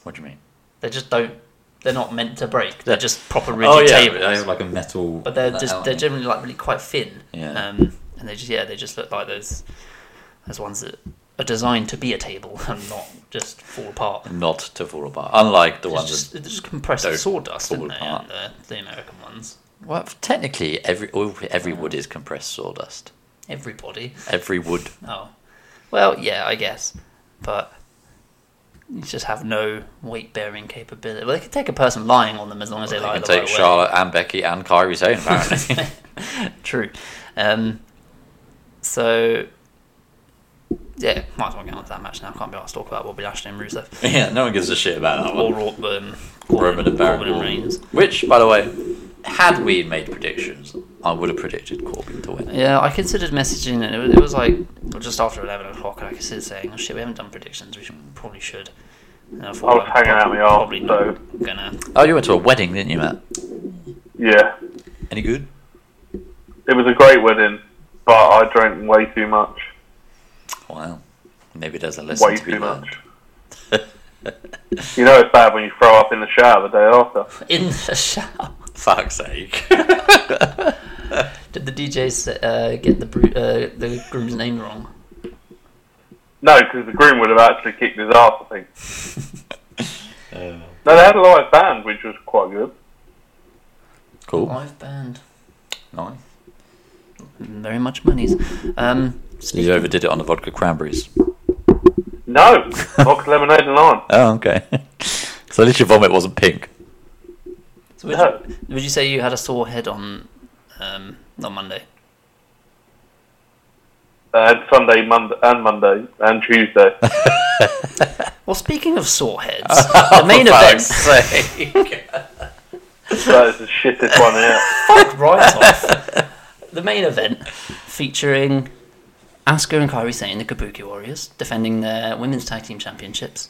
S3: What do you mean?
S2: They just don't. They're not meant to break. They're just proper rigid
S3: Oh yeah,
S2: tables.
S3: they have like a metal.
S2: but they're
S3: that
S2: just they're
S3: element.
S2: generally like really quite thin.
S3: Yeah.
S2: Um, and they just yeah they just look like those those ones that are designed to be a table and not just fall apart.
S3: not to fall apart. Unlike the
S2: It's
S3: ones.
S2: just, it's just compressed
S3: don't
S2: sawdust,
S3: fall
S2: isn't it?
S3: apart.
S2: And the, the American ones.
S3: well, technically, every all- every wood is compressed sawdust.
S2: Everybody.
S3: Every wood.
S2: Oh, well, yeah, I guess, but you just have no weight bearing capability. Well, they can take a person lying on them as long as they
S3: They
S2: lie
S3: can
S2: the
S3: take
S2: right
S3: Charlotte and Becky and Kyrie Sane apparently.
S2: way. True. Um, so yeah, might as well get on to that match now. Can't be asked to talk about Bobby Lashley and Rusev
S3: yeah, no one gives a shit about that one.
S2: or Raw- um,
S3: Roman and Baron
S2: Corbin and
S3: Corbin.
S2: Reigns.
S3: Which, by the way, had we made predictions, I would have predicted Corbin to win.
S2: Yeah, I considered messaging, and it was, it was like well, just after eleven o'clock, and I considered saying, "Oh shit, we haven't done predictions. We should, probably should." And I, thought,
S4: I was
S2: well,
S4: hanging out my arse,
S2: Probably not
S4: so-
S2: gonna.
S3: Oh, you went to a wedding, didn't you, Matt?
S4: Yeah,
S3: Any good?
S4: it was a great wedding, but I drank way too much.
S3: Wow. Maybe there's a lesson
S4: Way
S3: to be
S4: too
S3: learned.
S4: much. you know it's bad when you throw up in the shower the day after.
S2: in the shower.
S3: Fuck's sake.
S2: Did the DJ say, uh, get the bru- uh, the groom's name wrong?
S4: No, because the groom would have actually kicked his ass, I think. No, they had a live band, which was quite good.
S3: cool.
S2: Live band.
S3: Nice.
S2: Very much monies. Um,
S3: You overdid it on the vodka cranberries.
S4: No, vodka lemonade and lime.
S3: Oh, okay. so at least your vomit wasn't pink.
S2: so would,
S4: No.
S2: you, would you say you had a sore head on um, on Monday?
S4: They had Sunday, Monday, and Monday and Tuesday.
S2: Well, speaking of sore heads, the main event.
S3: event.
S4: That is the shittest one out.
S2: Fuck right off. The main event featuring Asuka and Kairi Sane, the Kabuki Warriors, defending their women's tag team championships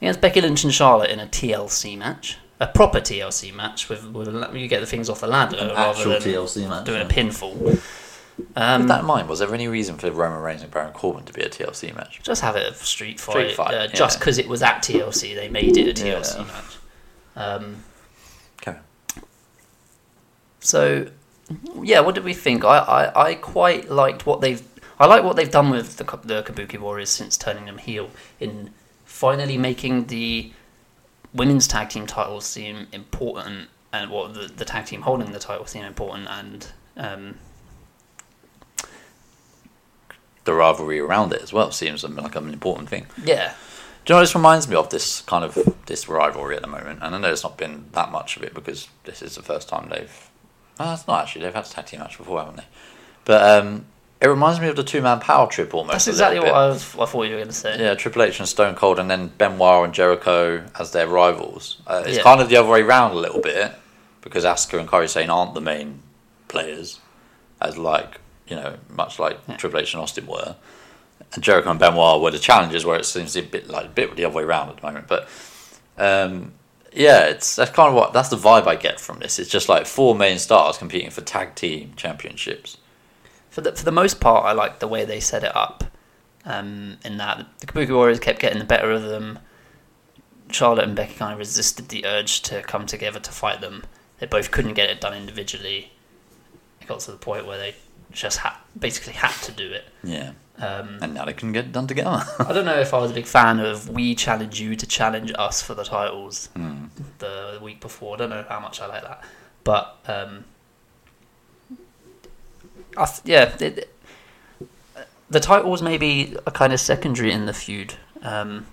S2: against Becky Lynch and Charlotte in a TLC match, a proper TLC match with, with a la- you get the things off the ladder rather
S3: Actual
S2: than
S3: TLC match.
S2: doing a
S3: yeah.
S2: pinfall. Um,
S3: With that in mind, was there any reason for Roman Reigns and Baron Corbin to be a TLC match?
S2: just have it a street fight.
S3: Street fight,
S2: uh, Just
S3: yeah.
S2: because it was at TLC, they made it a TLC
S3: Yeah.
S2: match. Um,
S3: Okay.
S2: So, yeah, what did we think? I, I, I quite liked what they've. I like what they've done with the, Ka- the Kabuki Warriors since turning them heel in finally making the women's tag team titles seem important and what the, the tag team holding the title seem important and um,
S3: The rivalry around it as well seems like an important thing.
S2: yeah
S3: Do you know what this reminds me of? This kind of this rivalry at the moment, and I know it's not been that much of it because this is the first time they've. Well, it's not actually. They've had a tag team match before, haven't they? But um, it reminds me of the two man power trip
S2: that's
S3: almost. a little
S2: exactly
S3: bit.
S2: what I, was, I thought you were going to say
S3: Yeah, Triple H and Stone Cold, and then Benoit and Jericho as their rivals. Uh, it's
S2: Yeah.
S3: kind of the other way round a little bit because Asuka and Kairi Sane aren't the main players, as like you know, much like Triple H and Austin were, and Jericho and Benoit were the challengers. Where it seems a bit like a bit the other way round at the moment, but. Um, yeah, it's that's kind of what that's the vibe I get from this. It's just like four main stars competing for tag team championships.
S2: for the for the most part, I liked the way they set it up. Um, in that the Kabuki Warriors kept getting the better of them. Charlotte and Becky kind of resisted the urge to come together to fight them. They both couldn't get it done individually. It got to the point where they just ha- basically had to do it.
S3: Yeah,
S2: Um,
S3: and now they can get it done together.
S2: I don't know if I was a big fan of we challenge you to challenge us for the titles
S3: Hmm.
S2: the week before. I don't know how much I like that, but um, I th- yeah, it, it- the titles maybe are kind of secondary in the feud, um,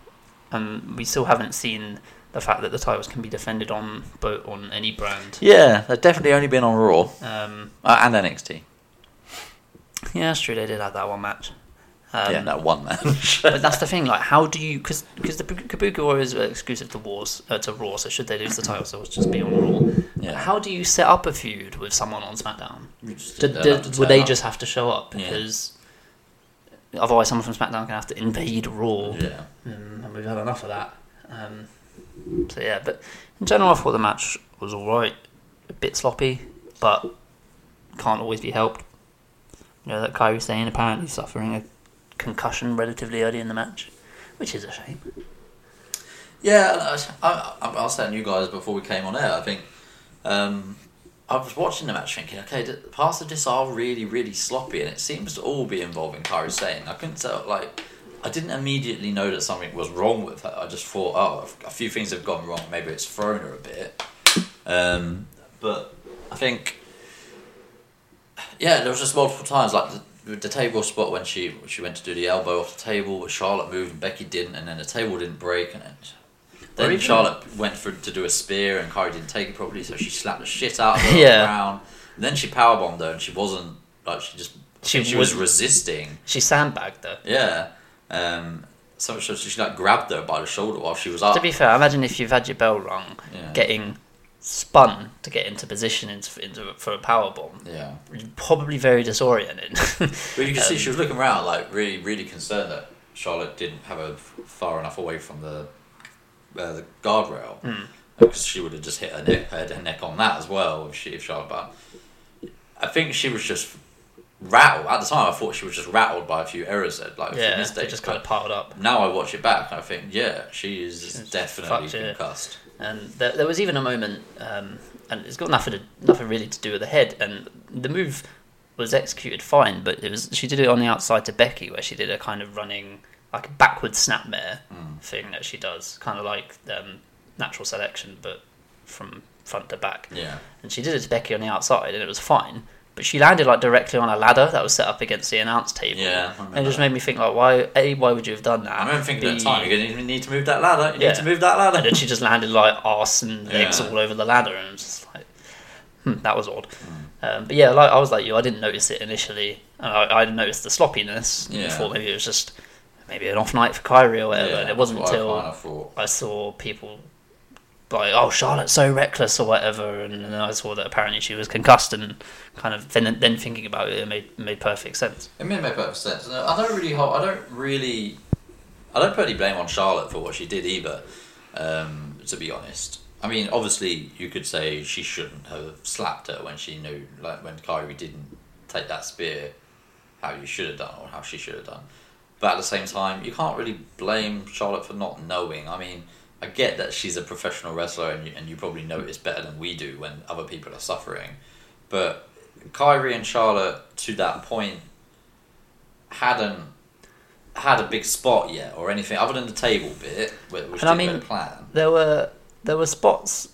S2: and we still haven't seen the fact that the titles can be defended on both on any brand.
S3: yeah, they've definitely only been on Raw.
S2: Um,
S3: Uh, and NXT.
S2: yeah, that's true. They did have that one match. Um,
S3: yeah, that one match.
S2: but that's the thing. Like, how do you? Because the Kabuki Warriors are exclusive to Wars uh, to Raw, so should they lose the titles, they would just be on Raw.
S3: Yeah.
S2: How do you set up a feud with someone on SmackDown?
S3: just
S2: Do,
S3: turn
S2: do-
S3: up to
S2: would
S3: turn
S2: they
S3: up.
S2: just have to show up
S3: Yeah.
S2: because otherwise someone from SmackDown can have to invade Raw,
S3: yeah.
S2: um, and we've had enough of that. Um, so yeah, but in general, I thought the match was all right, a bit sloppy, but can't always be helped. You know that Kyrie saying apparently suffering a concussion relatively early in the match, which is a shame.
S3: Yeah, I, I, I was telling you guys before we came on air, I think um, I was watching the match thinking, okay, the parts of this are really, really sloppy, and it seems to all be involving Kairi Sane. I couldn't tell, like, I didn't immediately know that something was wrong with her. I just thought, oh, a few things have gone wrong. Maybe it's thrown her a bit. Um, but I think Yeah, there was just multiple times, like the, the table spot when she she went to do the elbow off the table, where Charlotte moved and Becky didn't, and then the table didn't break, and then, then
S2: even-
S3: Charlotte went for to do a spear, and Kyrie didn't take it properly, so she slapped the shit out of her on
S2: Yeah.
S3: the ground. And then she powerbombed her, and she wasn't like she just
S2: She
S3: she, was
S2: was-
S3: resisting.
S2: She sandbagged though.
S3: Yeah, um, so much so she like grabbed her by the shoulder while she was up.
S2: To be fair, imagine if you've had your bell rung,
S3: Yeah.
S2: getting spun to get into position into, into for a power bomb.
S3: yeah,
S2: Probably very disoriented. Um,
S3: But you can see she was looking around, like really, really concerned that Charlotte didn't have her f- far enough away from the uh, the guardrail,
S2: Hmm.
S3: because she would have just hit her neck, her, her neck on that as well if she if Charlotte. But I think she was just rattled at the time. I thought she was just rattled by a few errors, that, like a few
S2: yeah, they
S3: mistakes.
S2: just kind of
S3: but
S2: piled up.
S3: now I watch it back, and I think yeah, she is definitely
S2: fucked it.
S3: concussed.
S2: And there, there was even a moment, um, and it's got nothing to, nothing really to do with the head. And the move was executed fine, but it was she did it on the outside to Becky, where she did a kind of running like a backward snapmare
S3: Mm.
S2: thing that she does, kind of like um, natural selection, but from front to back.
S3: Yeah.
S2: And she did it to Becky on the outside, and it was fine. But she landed like directly on a ladder that was set up against the announce table.
S3: Yeah, I
S2: and it
S3: remember
S2: just
S3: that.
S2: made me think like, why? A, why would you have done that?
S3: I remember thinking at
S2: B,
S3: the time, you're going to need to move that ladder. You
S2: Yeah.
S3: need to move that ladder.
S2: and then she just landed like arse and legs
S3: Yeah.
S2: all over the ladder, and it was just like, hmm, that was odd. Um, but yeah, like I was like you, I didn't notice it initially, and I, I noticed the sloppiness. and
S3: Yeah.
S2: thought maybe it was just maybe an off night for Kyrie or whatever. and it wasn't
S3: that's what I
S2: until
S3: kinda thought.
S2: I saw people like, oh, Charlotte's so reckless or whatever, and then I saw that apparently she was concussed, and kind of then then thinking about it, it made made perfect sense.
S3: It made make perfect sense. No, I don't really. Hold, I don't really. I don't put any blame on Charlotte for what she did either. Um, to be honest, I mean, obviously, you could say she shouldn't have slapped her when she knew, like when Kyrie didn't take that spear, how you should have done or how she should have done. But at the same time, you can't really blame Charlotte for not knowing. I mean, I get that she's a professional wrestler and you, and you probably notice better than we do when other people are suffering. But Kyrie and Charlotte, to that point, hadn't had a big spot yet or anything other than the table bit, whi- which
S2: And I
S3: didn't
S2: mean-
S3: plan.
S2: There were there were spots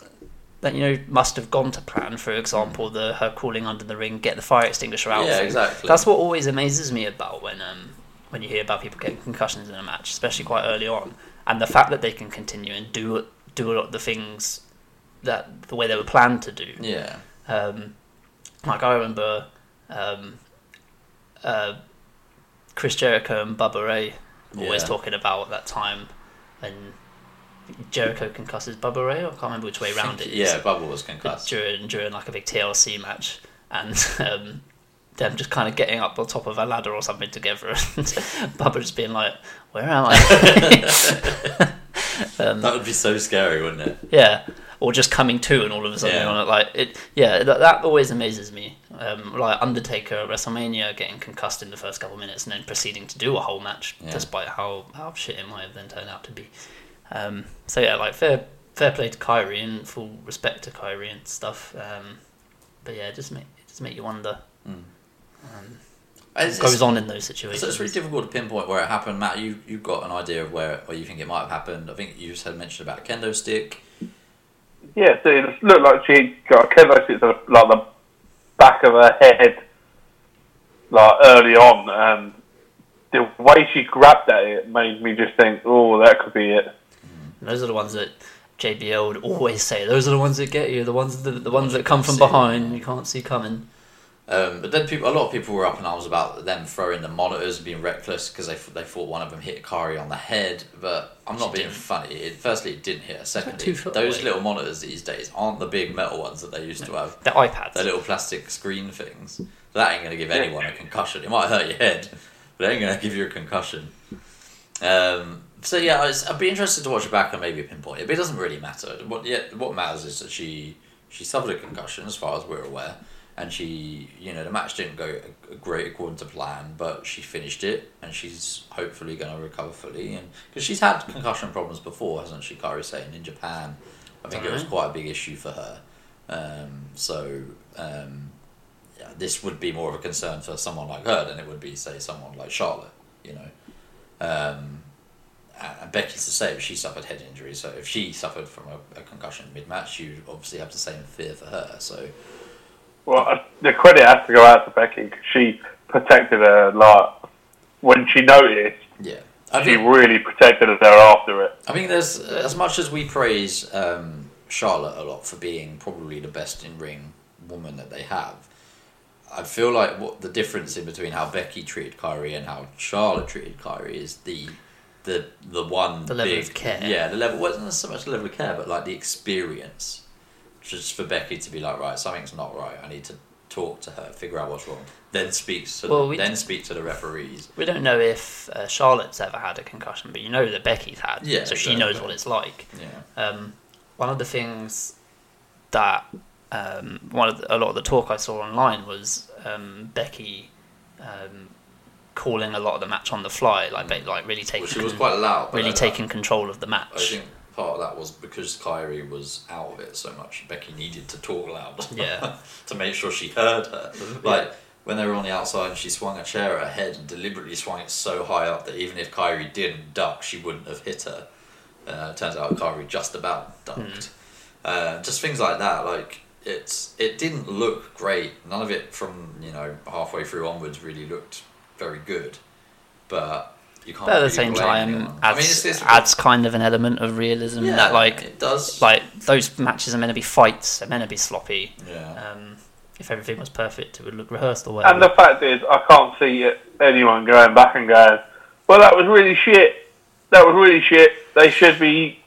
S2: that you know must have gone to plan. For example, the her crawling under the ring, get the fire extinguisher out.
S3: Yeah,
S2: thing.
S3: exactly.
S2: That's what always amazes me about when um when you hear about people getting concussions in a match, especially quite early on, and the fact that they can continue and do do a lot of the things that the way they were planned to do.
S3: Yeah,
S2: Um, like I remember um, uh, Chris Jericho and Bubba Ray were always
S3: Yeah.
S2: talking about that time when Jericho concusses Bubba Ray. I can't remember which way round it is.
S3: yeah, Bubble was
S2: but
S3: concussed.
S2: during during like a big TLC match and. Um, them just kind of getting up on top of a ladder or something together, and Bubba just being like, "Where am I?"
S3: That would be so scary, wouldn't it?
S2: Yeah, or just coming to and all of a sudden
S3: Yeah.
S2: on it. Like it, yeah, that, that always amazes me. Um, like Undertaker at WrestleMania getting concussed in the first couple of minutes and then proceeding to do a whole match,
S3: Yeah.
S2: despite how how shit it might have then turned out to be. Um, so yeah, like fair fair play to Kyrie and full respect to Kyrie and stuff. Um, but yeah, it just make it just make you wonder
S3: It's,
S2: what goes
S3: it's-
S2: on in those situations.
S3: So it's really difficult to pinpoint where it happened. Matt, you you got an idea of where or you think it might have happened. I think you just had mentioned about a kendo stick.
S4: Yeah, so it looked like she got a kendo stick to like the back of her head, like early on, and the way she grabbed at it made me just think, oh, that could be it.
S2: Those are the ones that JBL would always say. Those are the ones that get you. The ones that the ones that come from
S3: see.
S2: behind. You can't see coming.
S3: Um, but then people, a lot of people were up in arms about them throwing the monitors and being reckless because they, they thought one of them hit Kari on the head. But I'm not being funny. It, firstly, it didn't hit her. Secondly,
S2: two foot
S3: those
S2: away.
S3: little monitors these days aren't the big metal ones that they used to have.
S2: They're iPads.
S3: They're little plastic screen things. That ain't going to give anyone a concussion. It might hurt your head, but it ain't going to give you a concussion. Um, so yeah, it's, I'd be interested to watch back and maybe pinpoint it, but it doesn't really matter. What yeah, what matters is that she she suffered a concussion, as far as we're aware, and she you know the match didn't go a- a great according to plan, but she finished it, and she's hopefully going to recover fully, and because she's had concussion problems before, hasn't she? Kairi saying in Japan, I think it was
S2: Dunno.
S3: quite a big issue for her. Um, so um, yeah, this would be more of a concern for someone like her than it would be say someone like Charlotte, you know. Um, and Becky's the same. She suffered head injury, so if she suffered from a, a concussion mid-match, you obviously have the same fear for her. So
S4: Well, I- the credit has to go out to Becky 'cause she protected her. Like when she noticed,
S3: yeah, I
S4: she
S3: think,
S4: really protected her after it.
S3: I think there's as much as we praise um, Charlotte a lot for being probably the best in ring woman that they have. I feel like what the difference in between how Becky treated Kyrie and how Charlotte treated Kyrie is the the the one
S2: The level
S3: big,
S2: of care.
S3: Yeah, the level wasn't so much the level of care, but like the experience. Just for Becky to be like, right, something's not right. I need to talk to her, figure out what's wrong, then speaks to
S2: Well,
S3: the,
S2: we-
S3: then speak to the referees.
S2: We don't know if uh, Charlotte's ever had a concussion, but you know that Becky's had,
S3: Yeah,
S2: so she knows
S3: exactly.
S2: what it's like.
S3: Yeah,
S2: Um, one of the things that um, one of the, a lot of the talk I saw online was um, Becky um, calling a lot of the match on the fly, like ba- like really taking
S3: well, she was quite loud. but
S2: really
S3: then that-
S2: taking control of the match.
S3: I think part of that was because Kyrie was out of it so much. Becky needed to talk loud.
S2: Yeah. Mm-hmm.
S3: to make sure she heard her. Like when they were on the outside, and she swung a chair at her head and deliberately swung it so high up that even if Kyrie didn't duck, she wouldn't have hit her. Uh, turns out Kyrie just about ducked.
S2: Hmm.
S3: Uh, just things like that. Like it's it didn't look great. None of it from you know halfway through onwards really looked very good. But you can't.
S2: but at the
S3: really
S2: same
S3: blame
S2: time,
S3: anyone.
S2: adds,
S3: I mean, it's- it's-
S2: adds kind of an element of realism
S3: yeah,
S2: that like
S3: it does
S2: like those matches are meant to be fights, they're meant to be sloppy.
S3: yeah.
S2: Um, if everything was perfect, it would look rehearsed or whatever.
S4: And the fact is, I can't see anyone going back and going, well, that was really shit. That was really shit. They should be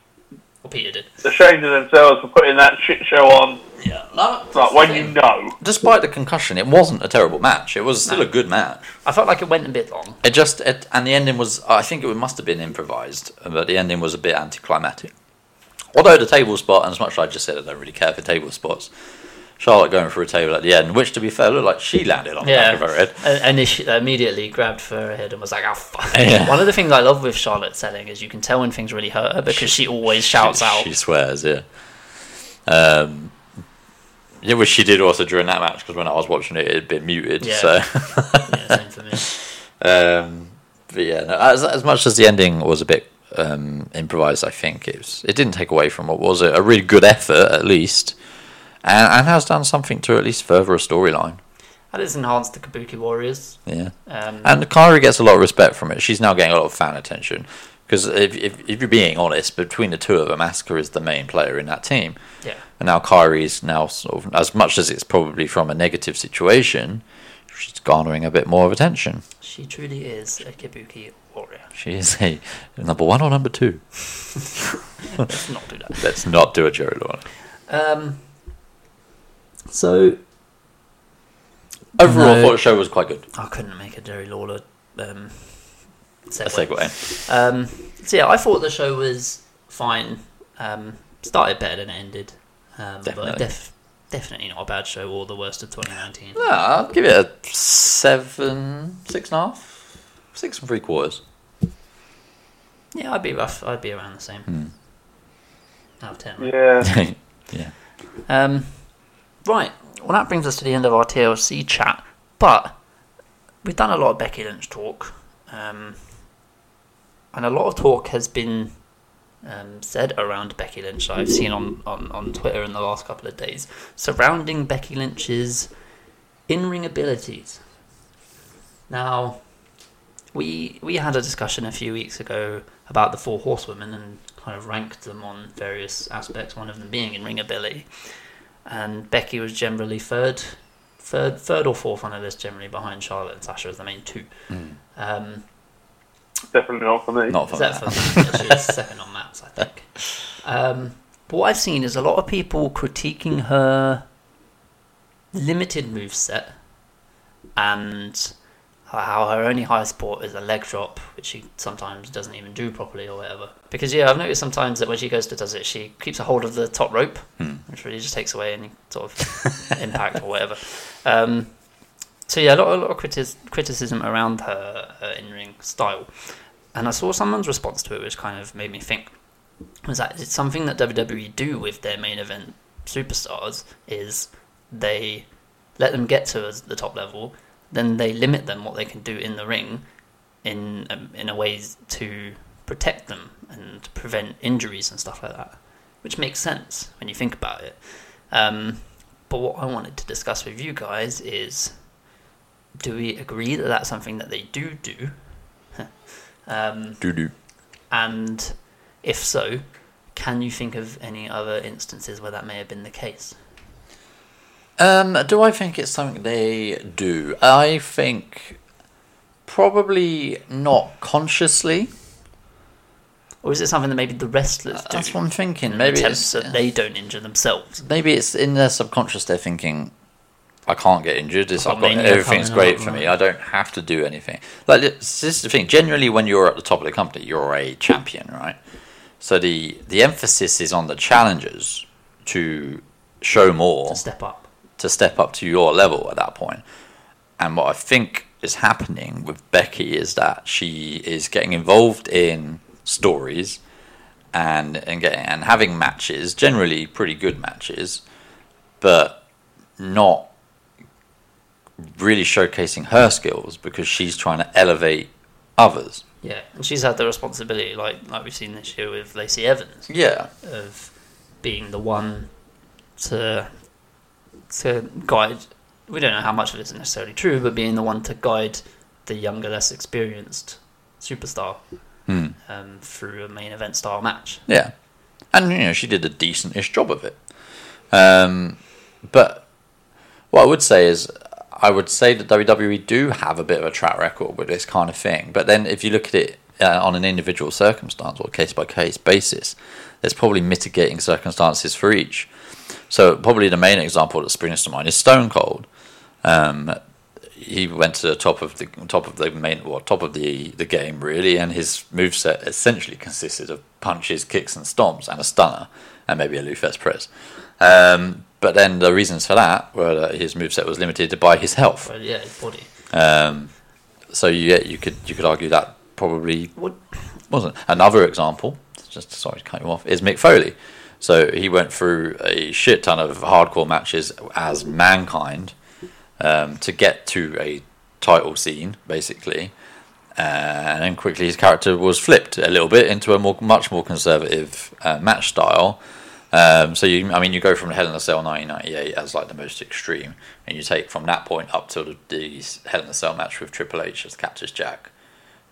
S2: Or Peter did.
S4: ashamed of themselves for putting that shit show on.
S3: Yeah, no,
S4: Like when you know,
S3: Despite the concussion, it wasn't a terrible match. It was still a good match.
S2: I felt like it went a bit long.
S3: It just it, and the ending was. I think it must have been improvised, but the ending was a bit anticlimactic. Although the table spot, and as much as I just said, I don't really care for table spots. Charlotte going for a table at the end, which to be fair looked like she landed on the
S2: Yeah,
S3: back of her head.
S2: and, and she immediately grabbed for her head and was like, "Ah, fuck."
S3: Yeah.
S2: One of the things I love with Charlotte selling is you can tell when things really hurt her because she always shouts
S3: she,
S2: out.
S3: She swears, yeah. Um, yeah, which she did also during that match because when I was watching it, it had been muted.
S2: Yeah.
S3: So,
S2: yeah, same for me.
S3: um, but yeah, no, as as much as the ending was a bit um, improvised, I think it was, it didn't take away from what was a, a really good effort at least, and and has done something to at least further a storyline.
S2: That has enhanced the Kabuki Warriors.
S3: Yeah.
S2: Um,
S3: And Kyrie gets a lot of respect from it. She's now getting a lot of fan attention. Because if, if, if you're being honest, between the two of them, Asuka is the main player in that team.
S2: Yeah.
S3: And now Kyrie's now, sort of, as much as it's probably from a negative situation, she's garnering a bit more of attention.
S2: she truly is a Kabuki Warrior.
S3: She is a number one or number two.
S2: Let's not do that.
S3: Let's not do a Jerry Lawler.
S2: Um, so
S3: Overall, I
S2: No.
S3: thought the show was quite good.
S2: I couldn't make a Jerry Lawler um,
S3: A eh?
S2: segue.
S3: segue.
S2: Um, so yeah, I thought the show was fine. Um, started better than it ended, um,
S3: Definitely.
S2: but def- definitely not a bad show or the worst of 2019.
S3: No, I'll give it a seven, six and a half, six and three quarters.
S2: Yeah, I'd be rough. I'd be around the same.
S3: Hmm.
S2: Out of ten. right?
S4: yeah.
S3: yeah.
S2: Um, right. Well, that brings us to the end of our TLC chat. But we've done a lot of Becky Lynch talk, um, and a lot of talk has been um, said around Becky Lynch. I've seen on, on on Twitter in the last couple of days surrounding Becky Lynch's in ring abilities. Now, we we had a discussion a few weeks ago about the four horsewomen and kind of ranked them on various aspects. One of them being in ring ability, and Becky was generally third, third, third or fourth on the list, generally behind Charlotte and Sasha as the main two. Um,
S4: Definitely not for me.
S3: Not for
S2: except
S3: that.
S2: for Matt, she was second on Matt's, I think. Um, but what I've seen is a lot of people critiquing her limited moveset and how her only high sport is a leg drop, which she sometimes doesn't even do properly or whatever. Because yeah, I've noticed sometimes that when she goes to does it, she keeps a hold of the top rope,
S3: Hmm.
S2: which really just takes away any sort of impact or whatever. Um, so yeah, a lot, a lot of critis- criticism around her uh, in-ring style, and I saw someone's response to it, which kind of made me think: was that it's something that WWE do with their main event superstars is they let them get to as- the top level, then they limit them what they can do in the ring, in um, in a ways to protect them and prevent injuries and stuff like that, which makes sense when you think about it. Um, but what I wanted to discuss with you guys is do we agree that that's something that they do do? um,
S3: Doo doo.
S2: and if so, can you think of any other instances where that may have been the case?
S3: Um, do I think it's something they do? I think probably not consciously.
S2: Or is it something that maybe the wrestlers do?
S3: That's what I'm thinking.
S2: in
S3: Maybe
S2: attempts
S3: it's
S2: that they don't injure themselves.
S3: maybe it's in their subconscious. They're thinking, "I can't get injured. This, I've got
S2: Mania
S3: everything's
S2: coming
S3: great
S2: up,
S3: for me.
S2: right.
S3: I don't have to do anything." Like this this is the thing. Generally, when you're at the top of the company, you're a champion, right? So the the emphasis is on the challengers to show more.
S2: Step up.
S3: to step up to your level at that point. And what I think is happening with Becky is that she is getting involved in stories and and getting and having matches, generally pretty good matches, but not really showcasing her skills because she's trying to elevate others.
S2: Yeah, and she's had the responsibility, like like we've seen this year with Lacey Evans,
S3: Yeah.
S2: of being the one to to guide. We don't know how much of it's necessarily true, but being the one to guide the younger, less experienced superstar um, through a main event style match.
S3: Yeah, and you know she did a decentish job of it. Um, but what I would say is, I would say that WWE do have a bit of a track record with this kind of thing. But then if you look at it uh, on an individual circumstance or case by case basis, there's probably mitigating circumstances for each. So probably the main example that springs to mind is Stone Cold. Um, he went to the top of the top of the main well, top of the the game really, and his moveset essentially consisted of punches, kicks, and stomps, and a stunner, and maybe a Lufes press. Um, but then the reasons for that were that his moveset was limited by his health.
S2: Well, yeah, his body.
S3: Um, so yeah, you could you could argue that probably
S2: What?
S3: wasn't. Another example, just sorry to cut you off, is Mick Foley. So he went through a shit ton of hardcore matches as mankind um, to get to a title scene, basically. Uh, And then quickly his character was flipped a little bit into a more, much more conservative uh, match style. Um, so you, I mean, you go from Hell in a Cell 1998 as like the most extreme, and you take from that point up till the, the Hell in a Cell match with Triple H as Cactus Jack,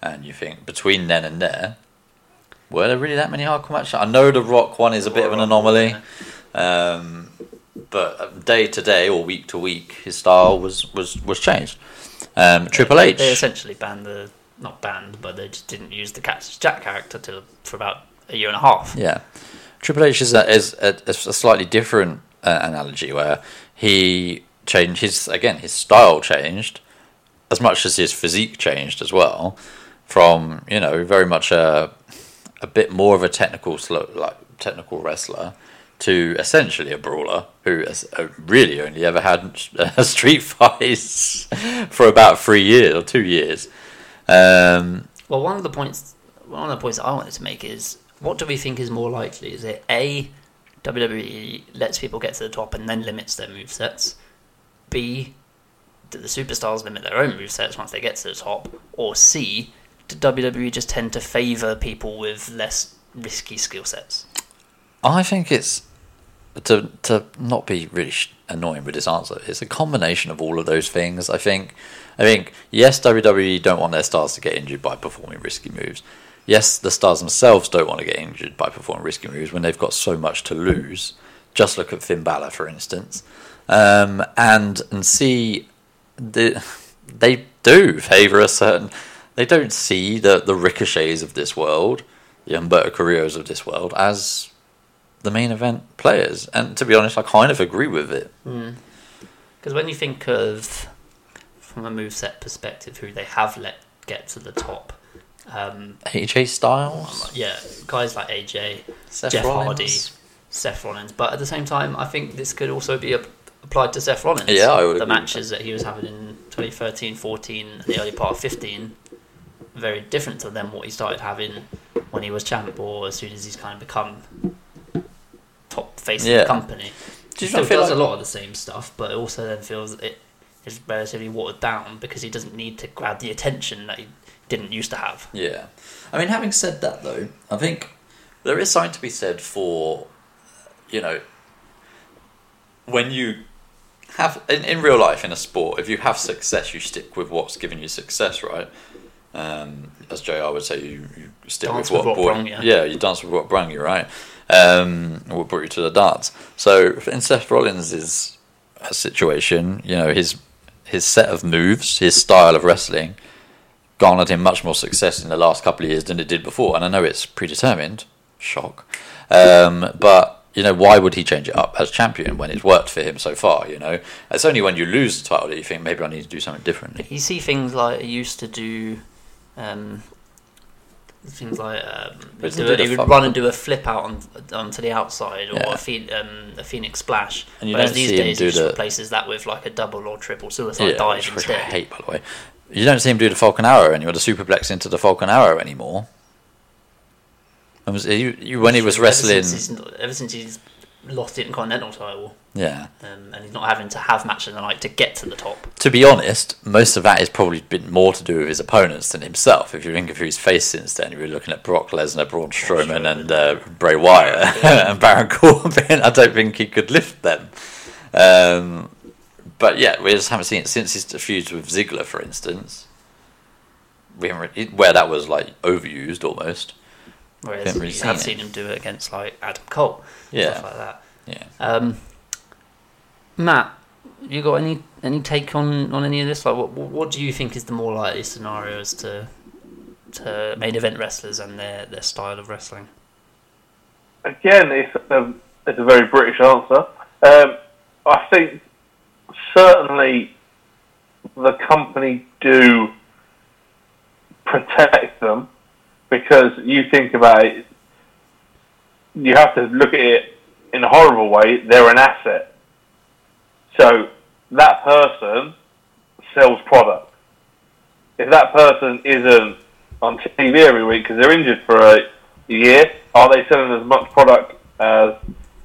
S3: and you think between then and there, were there really that many hardcore matches? I know the Rock one is a bit of an anomaly, um, but um, day to day or week to week, his style was was was changed. Um, Triple
S2: They-
S3: H,
S2: They essentially banned the not banned, but they just didn't use the Cactus Jack character till for about a year and a half.
S3: Yeah, Triple H is a, is a, is a slightly different uh, analogy where he changed his again his style changed as much as his physique changed as well from you know very much a a bit more of a technical slo- like technical wrestler to essentially a brawler who has uh, really only ever had uh, street fights for about three years or two years. Um,
S2: Well, one of the points, one of the points I wanted to make is, what do we think is more likely? Is it a WWE lets people get to the top and then limits their move sets? B, do the superstars limit their own move sets once they get to the top? Or C, do WWE just tend to favour people with less risky skill sets?
S3: I think it's to to not be really sh- annoying with this answer. It's a combination of all of those things. I think. I think yes, WWE don't want their stars to get injured by performing risky moves. Yes, the stars themselves don't want to get injured by performing risky moves when they've got so much to lose. Just look at Finn Balor, for instance, um, and and see the, they do favour a certain. They don't see the the ricochets of this world, the Humberto Carrillos of this world, as the main event players. And to be honest, I kind of agree with it.
S2: Because when you think of, from a moveset perspective, who they have let get to the top, um,
S3: AJ Styles,
S2: yeah, guys like AJ,
S3: Seth
S2: Oh Jeff
S3: Rollins.
S2: Hardy, Seth Rollins. But at the same time, I think this could also be ap- applied to Seth Rollins.
S3: Yeah, I would
S2: The
S3: agree with
S2: matches that he was having in 2013, 14, and the early part of 15, very different to them what he started having when he was champ or as soon as he's kind of become top face of
S3: Yeah.
S2: the company. He
S3: Do you
S2: still
S3: not feel
S2: does
S3: like-
S2: a lot of the same stuff, but also then feels it is relatively watered down because he doesn't need to grab the attention that he didn't used to have.
S3: Yeah. I mean, having said that, though, I think there is something to be said for, you know, when you have, in, in real life, in a sport, if you have success, you stick with what's given you success, right? Um, as JR would say, you, you stick
S2: Dance
S3: with
S2: with
S3: what,
S2: what
S3: brought-
S2: brung you.
S3: Yeah, you dance with what brung you, right? Um, what brought you to the dance. So, in Seth Rollins' situation, you know, his his set of moves, his style of wrestling, garnered him much more success in the last couple of years than it did before. And I know it's predetermined, shock. Um, but you know, why would he change it up as champion when it's worked for him so far? You know, it's only when you lose the title that you think maybe I need to do something differently.
S2: You see things like he used to do, um, things like um,
S3: But
S2: do
S3: he
S2: a-
S3: did a
S2: he would
S3: flip.
S2: run and do a flip out on, onto the outside or
S3: Yeah.
S2: a, phoen- um, a phoenix splash.
S3: And you
S2: Whereas
S3: don't
S2: these
S3: see him
S2: days
S3: do
S2: he just
S3: the-
S2: replaces that with like a double or triple suicide dive
S3: which, which I
S2: instead.
S3: hate, by the way. You don't see him do the Falcon Arrow anymore, the superplex into the Falcon Arrow anymore. And was, you, you, when he was
S2: Ever
S3: wrestling,
S2: since he's- ever since he's lost the Intercontinental title.
S3: yeah.
S2: Um, and he's not having to have match of the night to get to the top.
S3: to be honest, most of that is probably been more to do with his opponents than himself. If you think of who he's faced since then, you're looking at Brock Lesnar, Braun Strowman, and uh, Bray Wyatt and Baron Corbin. I don't think he could lift them. Um, but yeah, we just haven't seen it since his feuds with Ziggler, for instance. We haven't re- where that was like overused almost.
S2: Whereas
S3: Haven't really
S2: you
S3: seen
S2: have
S3: it.
S2: seen him do it against like Adam Cole,
S3: Yeah.
S2: stuff like that.
S3: Yeah.
S2: Um, Matt, you got any any take on, on any of this? Like, what what do you think is the more likely scenario as to to main event wrestlers and their, their style of wrestling?
S4: Again, it's a, it's a very British answer. Um, I think certainly the company do protect them because you think about it, you have to look at it in a horrible way. They're an asset. So that person sells product. If that person isn't on TV every week because they're injured for a year, are they selling as much product as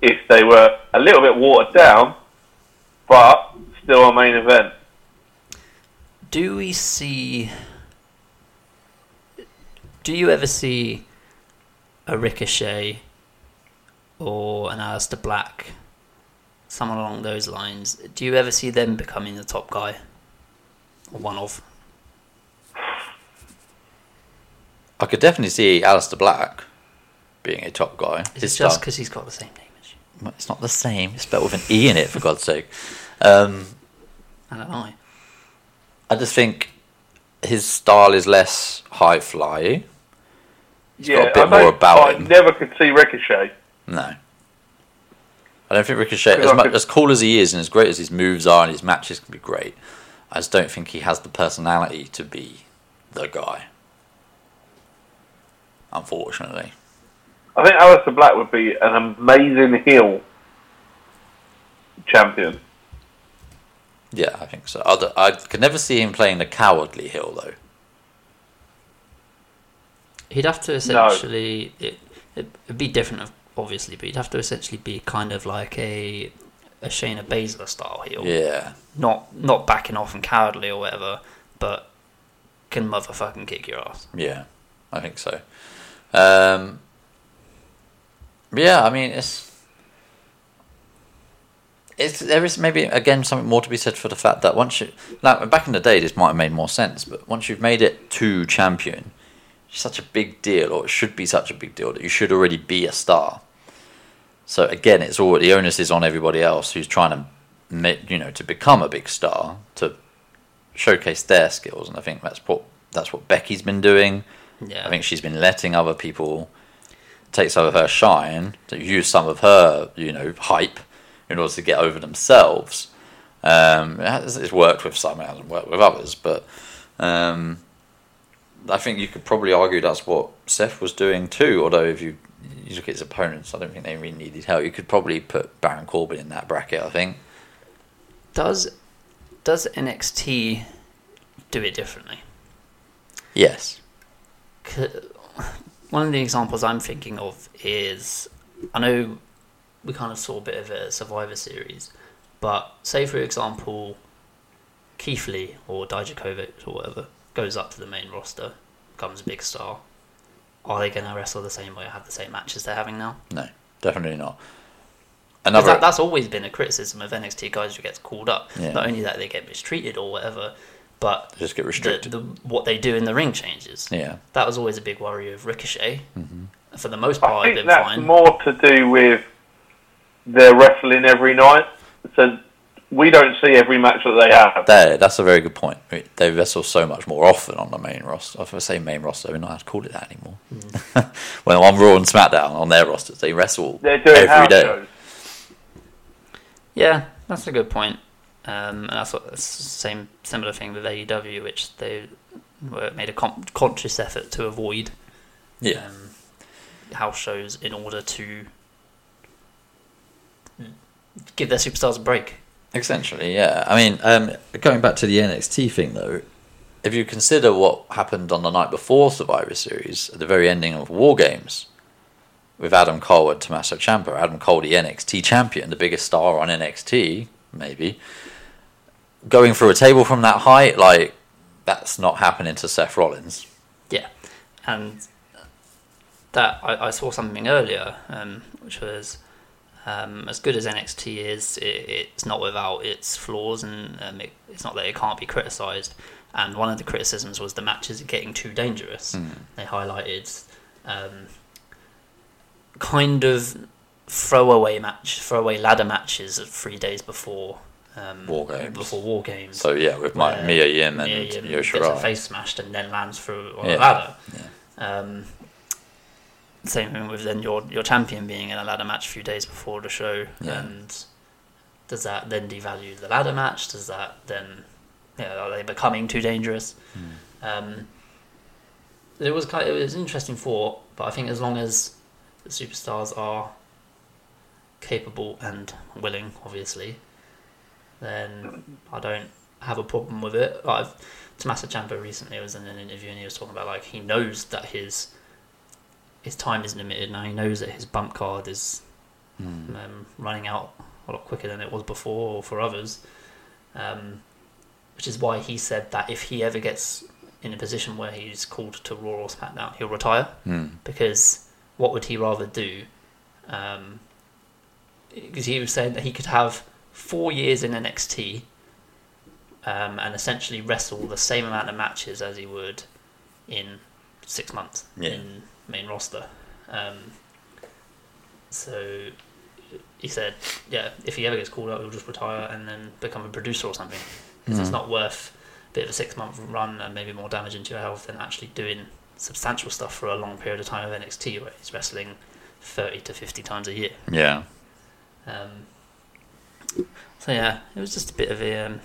S4: if they were a little bit watered down, but still a main event?
S2: Do we see? Do you ever see a Ricochet or an Alistair Black, someone along those lines? Do you ever see them becoming the top guy or one of?
S3: I could definitely see Alistair Black being a top guy.
S2: Is it
S3: His
S2: just
S3: style-
S2: because he's got the same name as you
S3: Well, It's not the same. It's spelled with an E in it, for God's sake. Um,
S2: and an I?
S3: I just think his style is less high flying. got a bit
S4: I
S3: more
S4: don't-
S3: about
S4: I
S3: him.
S4: never could see Ricochet.
S3: No. I don't think Ricochet,
S4: Because
S3: as,
S4: I
S3: much,
S4: could-
S3: as cool as he is and as great as his moves are and his matches can be great, I just don't think he has the personality to be the guy. Unfortunately.
S4: I think Alistair Black would be an amazing heel champion.
S3: Yeah, I think so. I, d- I could never see him playing the cowardly hill, though.
S2: He'd have to essentially it it would be different, obviously, but he'd have to essentially be kind of like a a Shayna Baszler style heel,
S3: Yeah.
S2: not not backing off and cowardly or whatever, but can motherfucking kick your ass.
S3: Yeah, I think so. Um, yeah, I mean it's it's there is maybe again something more to be said for the fact that once you like back in the day this might have made more sense, but once you've made it to champion, it's such a big deal, or it should be such a big deal that you should already be a star. So again, it's all the onus is on everybody else who's trying to, ma- you know, to become a big star to showcase their skills, and I think that's what that's what Becky's been doing.
S2: Yeah,
S3: I think she's been letting other people take some of her shine, to use some of her, you know, hype in order to get over themselves. Um, it has, it's worked with some, it hasn't worked with others, but um, I think you could probably argue that's what Seth was doing too. Although if you you look at his opponents, I don't think they really needed help. You could probably put Baron Corbin in that bracket. I think.
S2: does does NXT do it differently?
S3: Yes.
S2: c- one of the examples I'm thinking of is I know we kind of saw a bit of a Survivor series, but say for example, Keith Lee or Dijakovic or whatever goes up to the main roster, becomes a big star. Are they going to wrestle the same way, have the same matches they're having now?
S3: No. Definitely not.
S2: 'Cause
S3: Another.
S2: That, that's always been a criticism of NXT guys who gets called up.
S3: Yeah.
S2: Not only that they get mistreated or whatever, but
S3: They just get
S2: the-
S3: restricted.
S2: the, what they do in the ring changes
S3: yeah.
S2: that was always a big worry of Ricochet. For the most
S3: Oh,
S2: part,
S4: I
S2: I've
S4: think
S2: been
S4: that's
S2: fine.
S4: more to do with they're wrestling every night, so we don't see every match that they have.
S3: There, that's a very good point. I mean, They wrestle so much more often on the main roster. If I say main roster, we're not allowed to call it that anymore. well, on Raw and SmackDown, on their rosters, they wrestle
S4: They're doing
S3: every
S4: house
S3: day.
S4: shows.
S2: Yeah, that's a good point. Um, and that's what that's the same similar thing with AEW, which they were, made a con- conscious effort to avoid
S3: Yeah,
S2: um, house shows in order to give their superstars a break.
S3: essentially, yeah. I mean, um, going back to the NXT thing, though, if you consider what happened on the night before Survivor Series, at the very ending of War Games, with Adam Cole and Tommaso Ciampa, Adam Cole, the NXT champion, the biggest star on NXT, maybe, going through a table from that height, like, that's not happening to Seth Rollins.
S2: Yeah, and that I, I saw something earlier, um, which was um, as good as NXT is, it, it's not without its flaws, and um, it, it's not that it can't be criticised. And one of the criticisms was the matches are getting too dangerous.
S3: Hmm.
S2: They highlighted um, kind of throwaway match, throwaway ladder matches of three days before um,
S3: War Games.
S2: before War Games.
S3: So yeah, with my,
S2: where
S3: Mia Yim and
S2: Mia
S3: Mia
S2: Yim gets her face smashed and then lands through on a
S3: Yeah.
S2: ladder. Um, same thing with then your your champion being in a ladder match a few days before the show,
S3: Yeah.
S2: and does that then devalue the ladder match? Does that then, you know, are they becoming too dangerous?
S3: Hmm.
S2: Um, it was kind it was an interesting thought, but I think as long as the superstars are capable and willing, obviously, then I don't have a problem with it. Like, I've, Tommaso Ciampa recently was in an interview and he was talking about like he knows that his his time is limited now. He knows that his bump card is um, running out a lot quicker than it was before or for others, um, which is why he said that if he ever gets in a position where he's called to Raw or SmackDown, he'll retire because what would he rather do? Um, because he was saying that he could have four years in NXT um, and essentially wrestle the same amount of matches as he would in six months
S3: Yeah.
S2: in main roster. Um, so he said, yeah, if he ever gets called up, he'll just retire and then become a producer or something. 'Cause it's not worth a bit of a six month run and maybe more damage into your health than actually doing substantial stuff for a long period of time of NXT where he's wrestling 30 to 50 times a year.
S3: Yeah.
S2: Um, so yeah, it was just a bit of a um,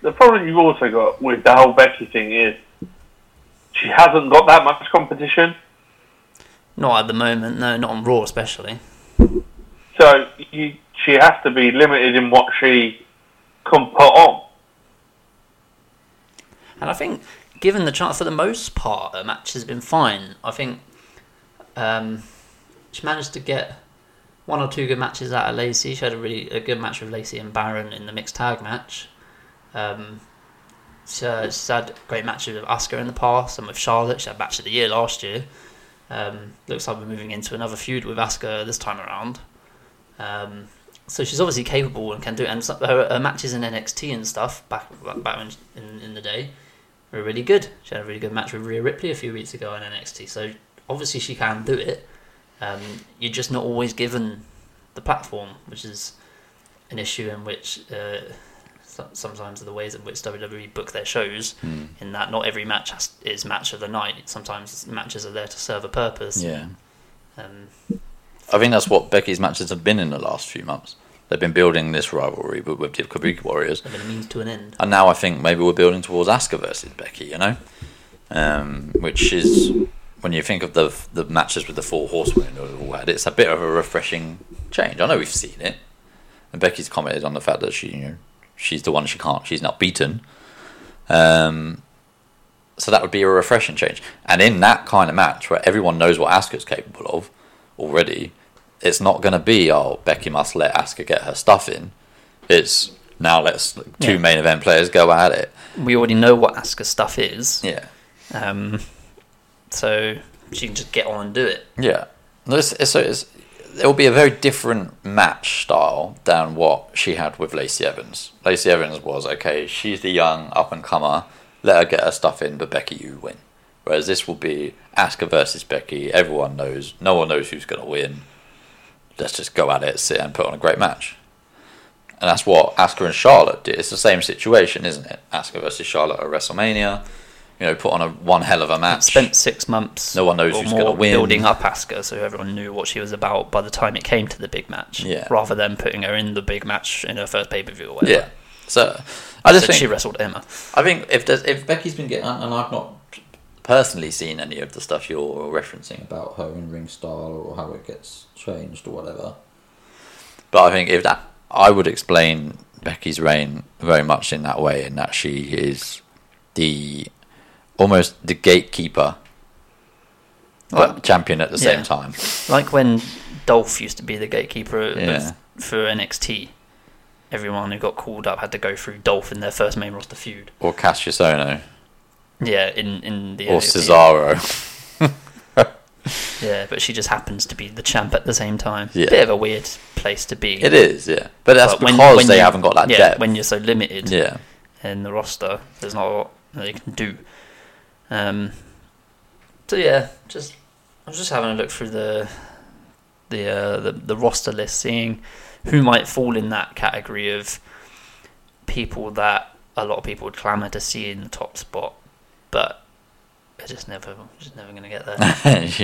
S5: The problem you've also got with the whole Becky thing is she hasn't got that much competition.
S2: not at the moment, no, not on Raw especially.
S5: So you, she has to be limited in what she can put on.
S2: And I think, given the chance, for the most part, a match has been fine. I think um, she managed to get one or two good matches out of Lacey. She had a really a good match with Lacey and Baron in the mixed tag match. Um, she, she's had great matches with Asuka in the past and with Charlotte. She had match of the year last year. Um, looks like we're moving into another feud with Asuka this time around. Um, so she's obviously capable and can do it. And so- her, her matches in NXT and stuff back back when, in, in the day were really good. She had a really good match with Rhea Ripley a few weeks ago in NXT. So obviously she can do it. Um, you're just not always given the platform, which is an issue in which uh, so- sometimes the ways in which WWE book their shows, in that not every match has, is match of the night. Sometimes matches are there to serve a purpose.
S3: Yeah.
S2: Um,
S3: I think that's what Becky's matches have been in the last few months. They've been building this rivalry with, with the Kabuki Warriors,
S2: I mean, it means to an end.
S3: and now I think maybe we're building towards Asuka versus Becky. You know, um, which is when you think of the the matches with the four horsewomen that we've all had, it's a bit of a refreshing change. I know we've seen it, and Becky's commented on the fact that she you know she's the one she can't she's not beaten. Um, so that would be a refreshing change. And in that kind of match where everyone knows what Asuka's capable of already, it's not going to be, oh, Becky must let Asuka get her stuff in. It's now let's two
S2: Yeah.
S3: main event players go at it.
S2: We already know what Asuka stuff is.
S3: Yeah.
S2: Um, so she can just get on and do it.
S3: Yeah. No, it's, it's, so it's, it'll be a very different match style than what she had with Lacey Evans. Lacey Evans was, okay, she's the young up and comer, let her get her stuff in, but Becky, you win. Whereas this will be Asuka versus Becky, everyone knows, no one knows who's going to win. Let's just go at it, sit and put on a great match. And that's what Asuka and Charlotte did. It's the same situation, isn't it? Asuka versus Charlotte at WrestleMania, you know, put on a one hell of a match.
S2: Spent six months.
S3: No one knows
S2: or
S3: who's
S2: more
S3: gonna win.
S2: Building up Asuka, so everyone knew what she was about by the time it came to the big match.
S3: Yeah.
S2: Rather than putting her in the big match in her first pay per view or whatever.
S3: Yeah. So I
S2: So
S3: just think
S2: she wrestled Emma.
S3: I think if there's, if Becky's been getting, and I've not personally seen any of the stuff you're referencing about her in ring style or how it gets changed or whatever. But I think if that, I would explain Becky's reign very much in that way, in that she is the almost the gatekeeper, but
S2: Well,
S3: champion at the
S2: yeah.
S3: same time.
S2: Like when Dolph used to be the gatekeeper of-
S3: Yeah.
S2: for NXT. Everyone who got called up had to go through Dolph in their first main roster feud.
S3: Or Cassius Ohno,
S2: Yeah, in in the
S3: or
S2: NXT.
S3: Cesaro.
S2: Yeah, but she just happens to be the champ at the same time.
S3: Yeah.
S2: Bit of a weird place to be.
S3: It is, yeah. But that's
S2: But when-
S3: because
S2: when
S3: they
S2: you-
S3: haven't got that
S2: yeah,
S3: depth.
S2: When you're so limited
S3: yeah.
S2: in the roster, there's not a lot that they can do. Um, so yeah, just I was just having a look through the the, uh, the the roster list, seeing who might fall in that category of people that a lot of people would clamour to see in the top spot, but they're just never, just never going to get there.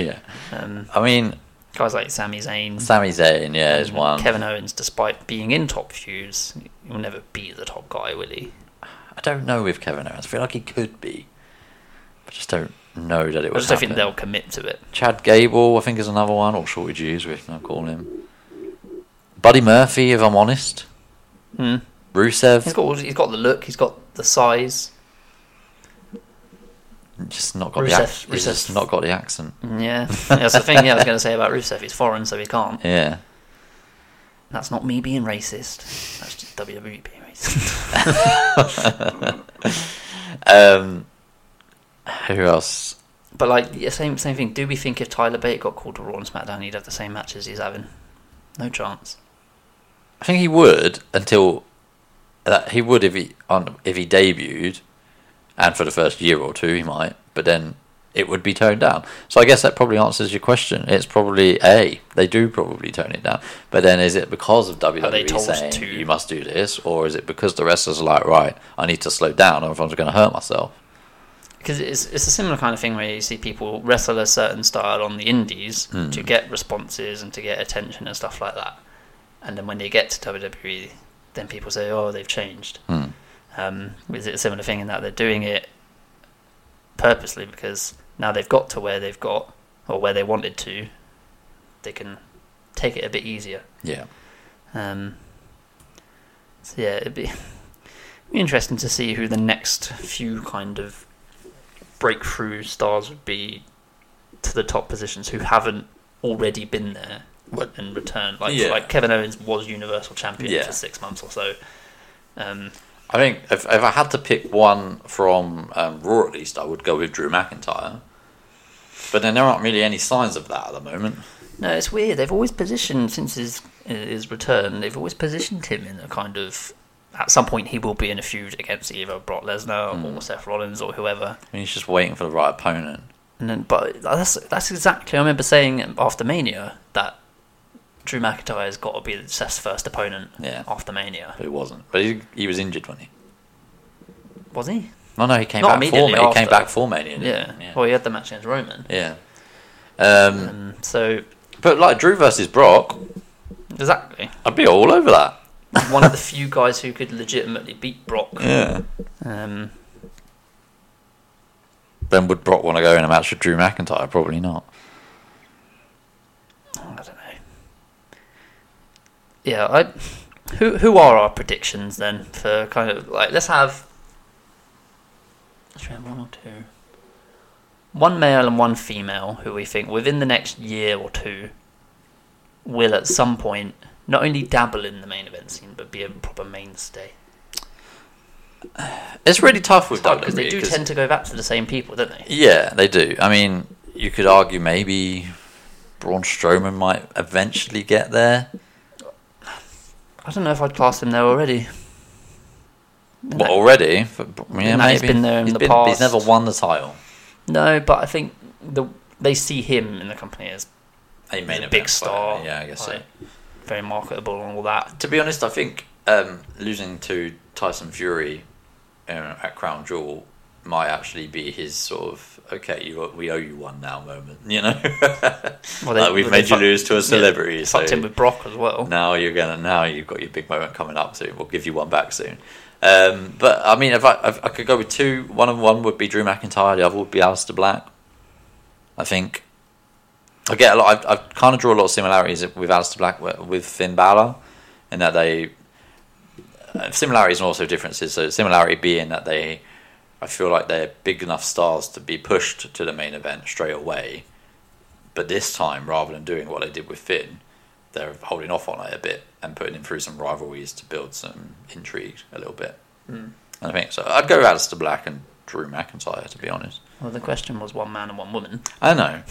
S3: yeah.
S2: Um,
S3: I mean,
S2: guys like Sami Zayn,
S3: Sami Zayn, yeah, is one.
S2: Mm-hmm. Kevin Owens, despite being in top feuds, will never be the top guy, will he?
S3: I don't know with Kevin Owens. I feel like he could be. I just don't know that it
S2: I
S3: was.
S2: just don't think they'll commit to it.
S3: Chad Gable, I think, is another one, or Shorty Jews, we can call him. Buddy Murphy, if I'm honest.
S2: Hmm. He's
S3: Rusev,
S2: got, all- he's got the look, he's got the size.
S3: just not got
S2: Rusev-
S3: the accent. He's just
S2: Rusev.
S3: not got the accent.
S2: Mm, Yeah, that's the thing. Yeah, I was going to say about Rusev. He's foreign, so he can't.
S3: Yeah.
S2: That's not me being racist. That's just WWE being racist.
S3: Um, who else?
S2: but like, yeah, same same thing. Do we think if Tyler Bate got called to Raw and SmackDown, he'd have the same matches he's having? No chance.
S3: I think he would until that he would if he on if he debuted, and for the first year or two he might, but then it would be toned down. So I guess that probably answers your question. It's probably a they do probably tone it down, but then is it because of WWE
S2: they told
S3: saying
S2: to?
S3: you must do this, or is it because the wrestlers are like right, I need to slow down, or if I'm going to hurt myself?
S2: Because it's it's a similar kind of thing where you see people wrestle a certain style on the indies to get responses and to get attention and stuff like that. And then when they get to WWE, then people say, "Oh, they've changed."
S3: Hmm.
S2: Um, is it a similar thing in that they're doing it purposely because now they've got to where they've got or where they wanted to, they can take it a bit easier.
S3: Yeah,
S2: Um, so yeah, it'd be, it'd be interesting to see who the next few kind of breakthrough stars would be to the top positions who haven't already been there and returned. Like
S3: Yeah.
S2: like Kevin Owens was Universal Champion
S3: Yeah.
S2: for six months or so. Um,
S3: I think if if I had to pick one from um, Raw at least, I would go with Drew McIntyre. But then there aren't really any signs of that at the moment.
S2: No, it's weird. They've always positioned since his his return. They've always positioned him in a kind of. At some point, he will be in a feud against either Brock Lesnar
S3: Hmm.
S2: or Seth Rollins or whoever.
S3: I mean, he's just waiting for the right opponent.
S2: And then, but that's that's exactly. I remember saying after Mania that Drew McIntyre's got to be Seth's first opponent
S3: Yeah.
S2: after Mania.
S3: But he wasn't. But he, he was injured when he.
S2: Was he?
S3: No, no, he came
S2: Not
S3: back for
S2: immediately
S3: Mania. He came
S2: after.
S3: back for Mania. didn't
S2: Yeah.
S3: he?
S2: Well, he had the match against Roman.
S3: Yeah. Um,
S2: Um, so
S3: but like Drew versus Brock,
S2: exactly,
S3: I'd be all over that.
S2: one of the few guys who could legitimately beat Brock.
S3: Yeah.
S2: Um,
S3: Then would Brock want to go in a match with Drew McIntyre? Probably not.
S2: I don't know. Yeah, I. Who who are our predictions then for kind of like let's have. Let's have one or two. One male and one female who we think within the next year or two will at some point not only dabble in the main event scene but be a proper mainstay
S3: It's really tough with WWE.
S2: because they do
S3: 'cause-
S2: tend to go back to the same people, don't they?
S3: Yeah, they do. I mean, you could argue maybe Braun Strowman might eventually get there.
S2: I don't know if I'd class him there already.
S3: Well, already, but, yeah,
S2: No,
S3: maybe.
S2: he's been there in
S3: He's
S2: the
S3: been-
S2: past.
S3: He's never won the title.
S2: No, but I think the they see him in the company as
S3: A main event
S2: big
S3: fighter.
S2: star.
S3: Yeah, I guess so.
S2: like, Very marketable and all that.
S3: to be honest, I think um, losing to Tyson Fury um, at Crown Jewel might actually be his sort of okay, you, we owe you one now moment. You know,
S2: Well, they-
S3: like we've
S2: well, they
S3: made you
S2: fuck-
S3: lose to a celebrity,
S2: They
S3: so
S2: fucked him with Brock as well.
S3: now you're gonna now you've got your big moment coming up soon. We'll give you one back soon. Um, but I mean, if I if I could go with two, one and one would be Drew McIntyre, the other would be Alistair Black. I think. I get a lot. I, I kind of draw a lot of similarities with Alistair Black wi- with Finn Balor, in that they uh, similarities and also differences. So similarity being that they, I feel like they're big enough stars to be pushed to the main event straight away, but this time rather than doing what they did with Finn, they're holding off on it a bit and putting him through some rivalries to build some intrigue a little bit. And I think so. I'd go Alistair Black and Drew McIntyre to be honest.
S2: Well, the question was one man and one woman.
S3: I know.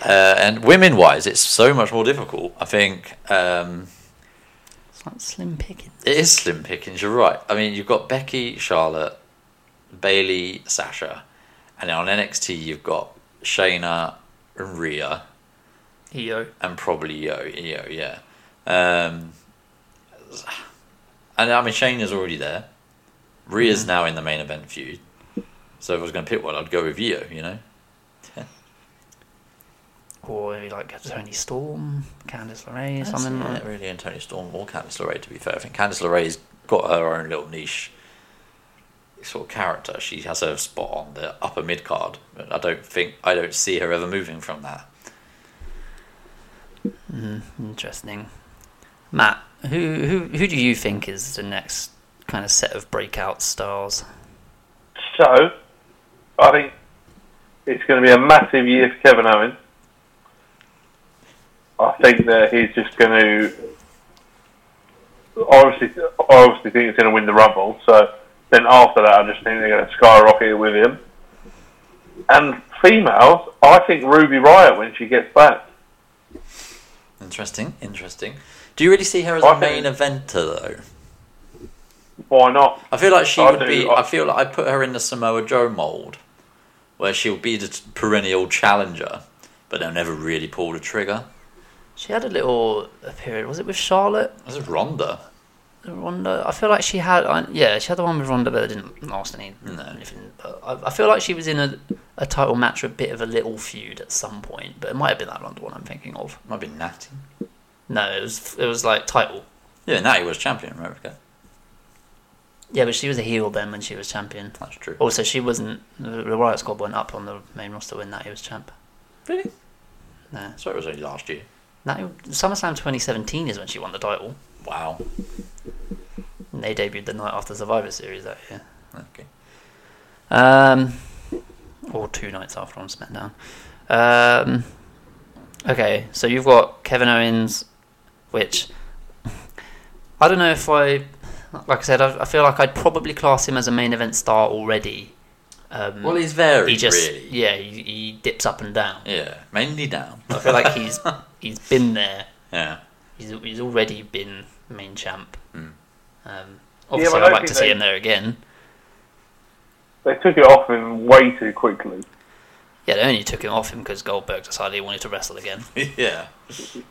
S3: uh, and women wise, it's so much more difficult. I think um,
S2: It's like slim picking.
S3: it is slim pickings. You're right. I mean, you've got Becky, Charlotte, Bailey, Sasha, and then on NXT you've got Shayna and Rhea.
S2: EO.
S3: and probably Yo, Yo, yeah. Um, And I mean, Shane is already there. Rhea's now in the main event feud. So if I was going to pick one, I'd go with Io, you know?
S2: Or like Tony Storm, Candice LeRae, or
S3: That's
S2: something.
S3: not really in Tony Storm or Candice LeRae, to be fair. I think Candice LeRae's got her own little niche sort of character. She has her spot on the upper mid card. But I don't think, I don't see her ever moving from that.
S2: Interesting. Matt, who who who do you think is the next kind of set of breakout stars?
S5: So, I think it's going to be a massive year for Kevin Owens. I think that he's just going to. Obviously, I obviously think he's going to win the Rumble. So then after that, I just think they're going to skyrocket with him. And females, I think Ruby Riot when she gets back.
S3: Interesting, interesting. Do you really see her as
S5: I
S3: a main
S5: think-
S3: eventer, though?
S5: Why not?
S3: I feel like she
S5: I
S3: would
S5: do,
S3: be.
S5: I-
S3: I feel like I put her in the Samoa Joe mold, where she'll be the t- perennial challenger, but they'll never really pull the trigger.
S2: She had a little period. Was it with Charlotte?
S3: This is Ronda.
S2: Ronda. I feel like she had. I- Yeah, she had the one with Ronda, but it didn't last any
S3: No.
S2: anything. But I, I feel like she was in a a title match, with a bit of a little feud at some point. But it might have been that Ronda one I'm thinking of.
S3: Might be Natty.
S2: No, it was it was like title.
S3: Yeah, Natty was champion in America.
S2: Yeah, but she was a heel then when she was champion.
S3: That's true.
S5: Oh,
S2: Also, she wasn't. The the Riot Squad went up on the main roster when Natty was champ.
S3: Really?
S2: No.
S3: So it was only last year.
S2: Natty, SummerSlam 2017 is when she won the title.
S3: Wow.
S2: And they debuted the night after Survivor Series that year.
S3: Okay.
S2: Um, or two nights after on SmackDown. Um, okay, so you've got Kevin Owens, which I don't know if I, like I said, I, I feel like I'd probably class him as a main event star already.
S5: Hmm.
S2: Um,
S3: Well, he's varied,
S2: he just
S3: really.
S2: yeah, he, he dips up and down.
S3: Yeah, mainly down.
S2: I feel like he's he's been there.
S3: yeah.
S2: He's he's already been main champ.
S3: Mm.
S2: Um, obviously,
S5: but I
S2: I'd
S5: don't
S2: like to
S5: think
S2: see
S5: they-
S2: him there again.
S5: They took it off him way too quickly.
S2: Yeah, they only took him off him because Goldberg decided he wanted to wrestle again.
S3: yeah.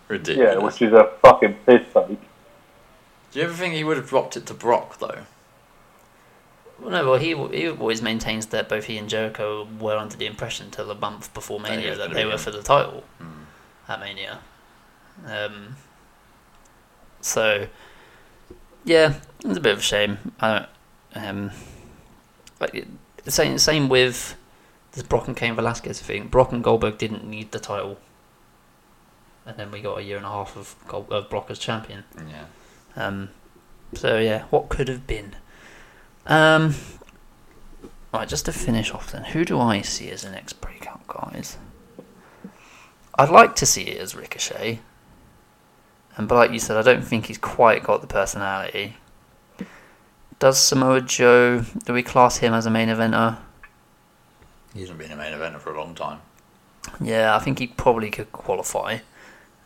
S3: Ridiculous.
S5: Yeah, which is a fucking piss take.
S3: Do you ever think he would have dropped it to Brock though?
S2: Well, no, well, he, he always maintains that both he and Jericho were under the impression till a month before
S3: he
S2: Mania
S3: was
S2: that
S3: gonna
S2: they
S3: be
S2: were
S3: in.
S2: for the title
S3: Hmm.
S2: at Mania. Um, so, yeah, it's a bit of a shame. I don't. Um, like, it- same same with this Brock and Kane Velasquez thing. Brock and Goldberg didn't need the title, and then we got a year and a half of, Gold, of Brock as champion.
S3: Yeah.
S2: Um, so yeah, what could have been? Um, right, just to finish off then, who do I see as the next breakout guys? I'd like to see it as Ricochet, and but like you said, I don't think he's quite got the personality. Does Samoa Joe? Do we class him as a main eventer?
S3: He hasn't been a main eventer for a long time.
S2: Yeah, I think he probably could qualify.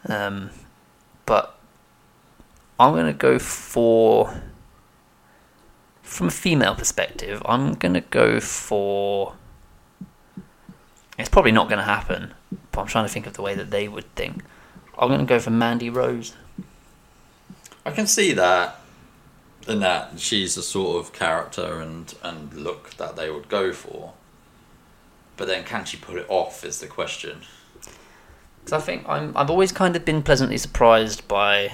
S2: Um, but I'm going to go for. From a female perspective, I'm going to go for. It's probably not going to happen, but I'm trying to think of the way that they would think. I'm going to go for Mandy Rose.
S3: I can see that, and that she's the sort of character and and look that they would go for. But then, can she put it off? Is the question.
S2: Because I think I'm, I've always kind of been pleasantly surprised by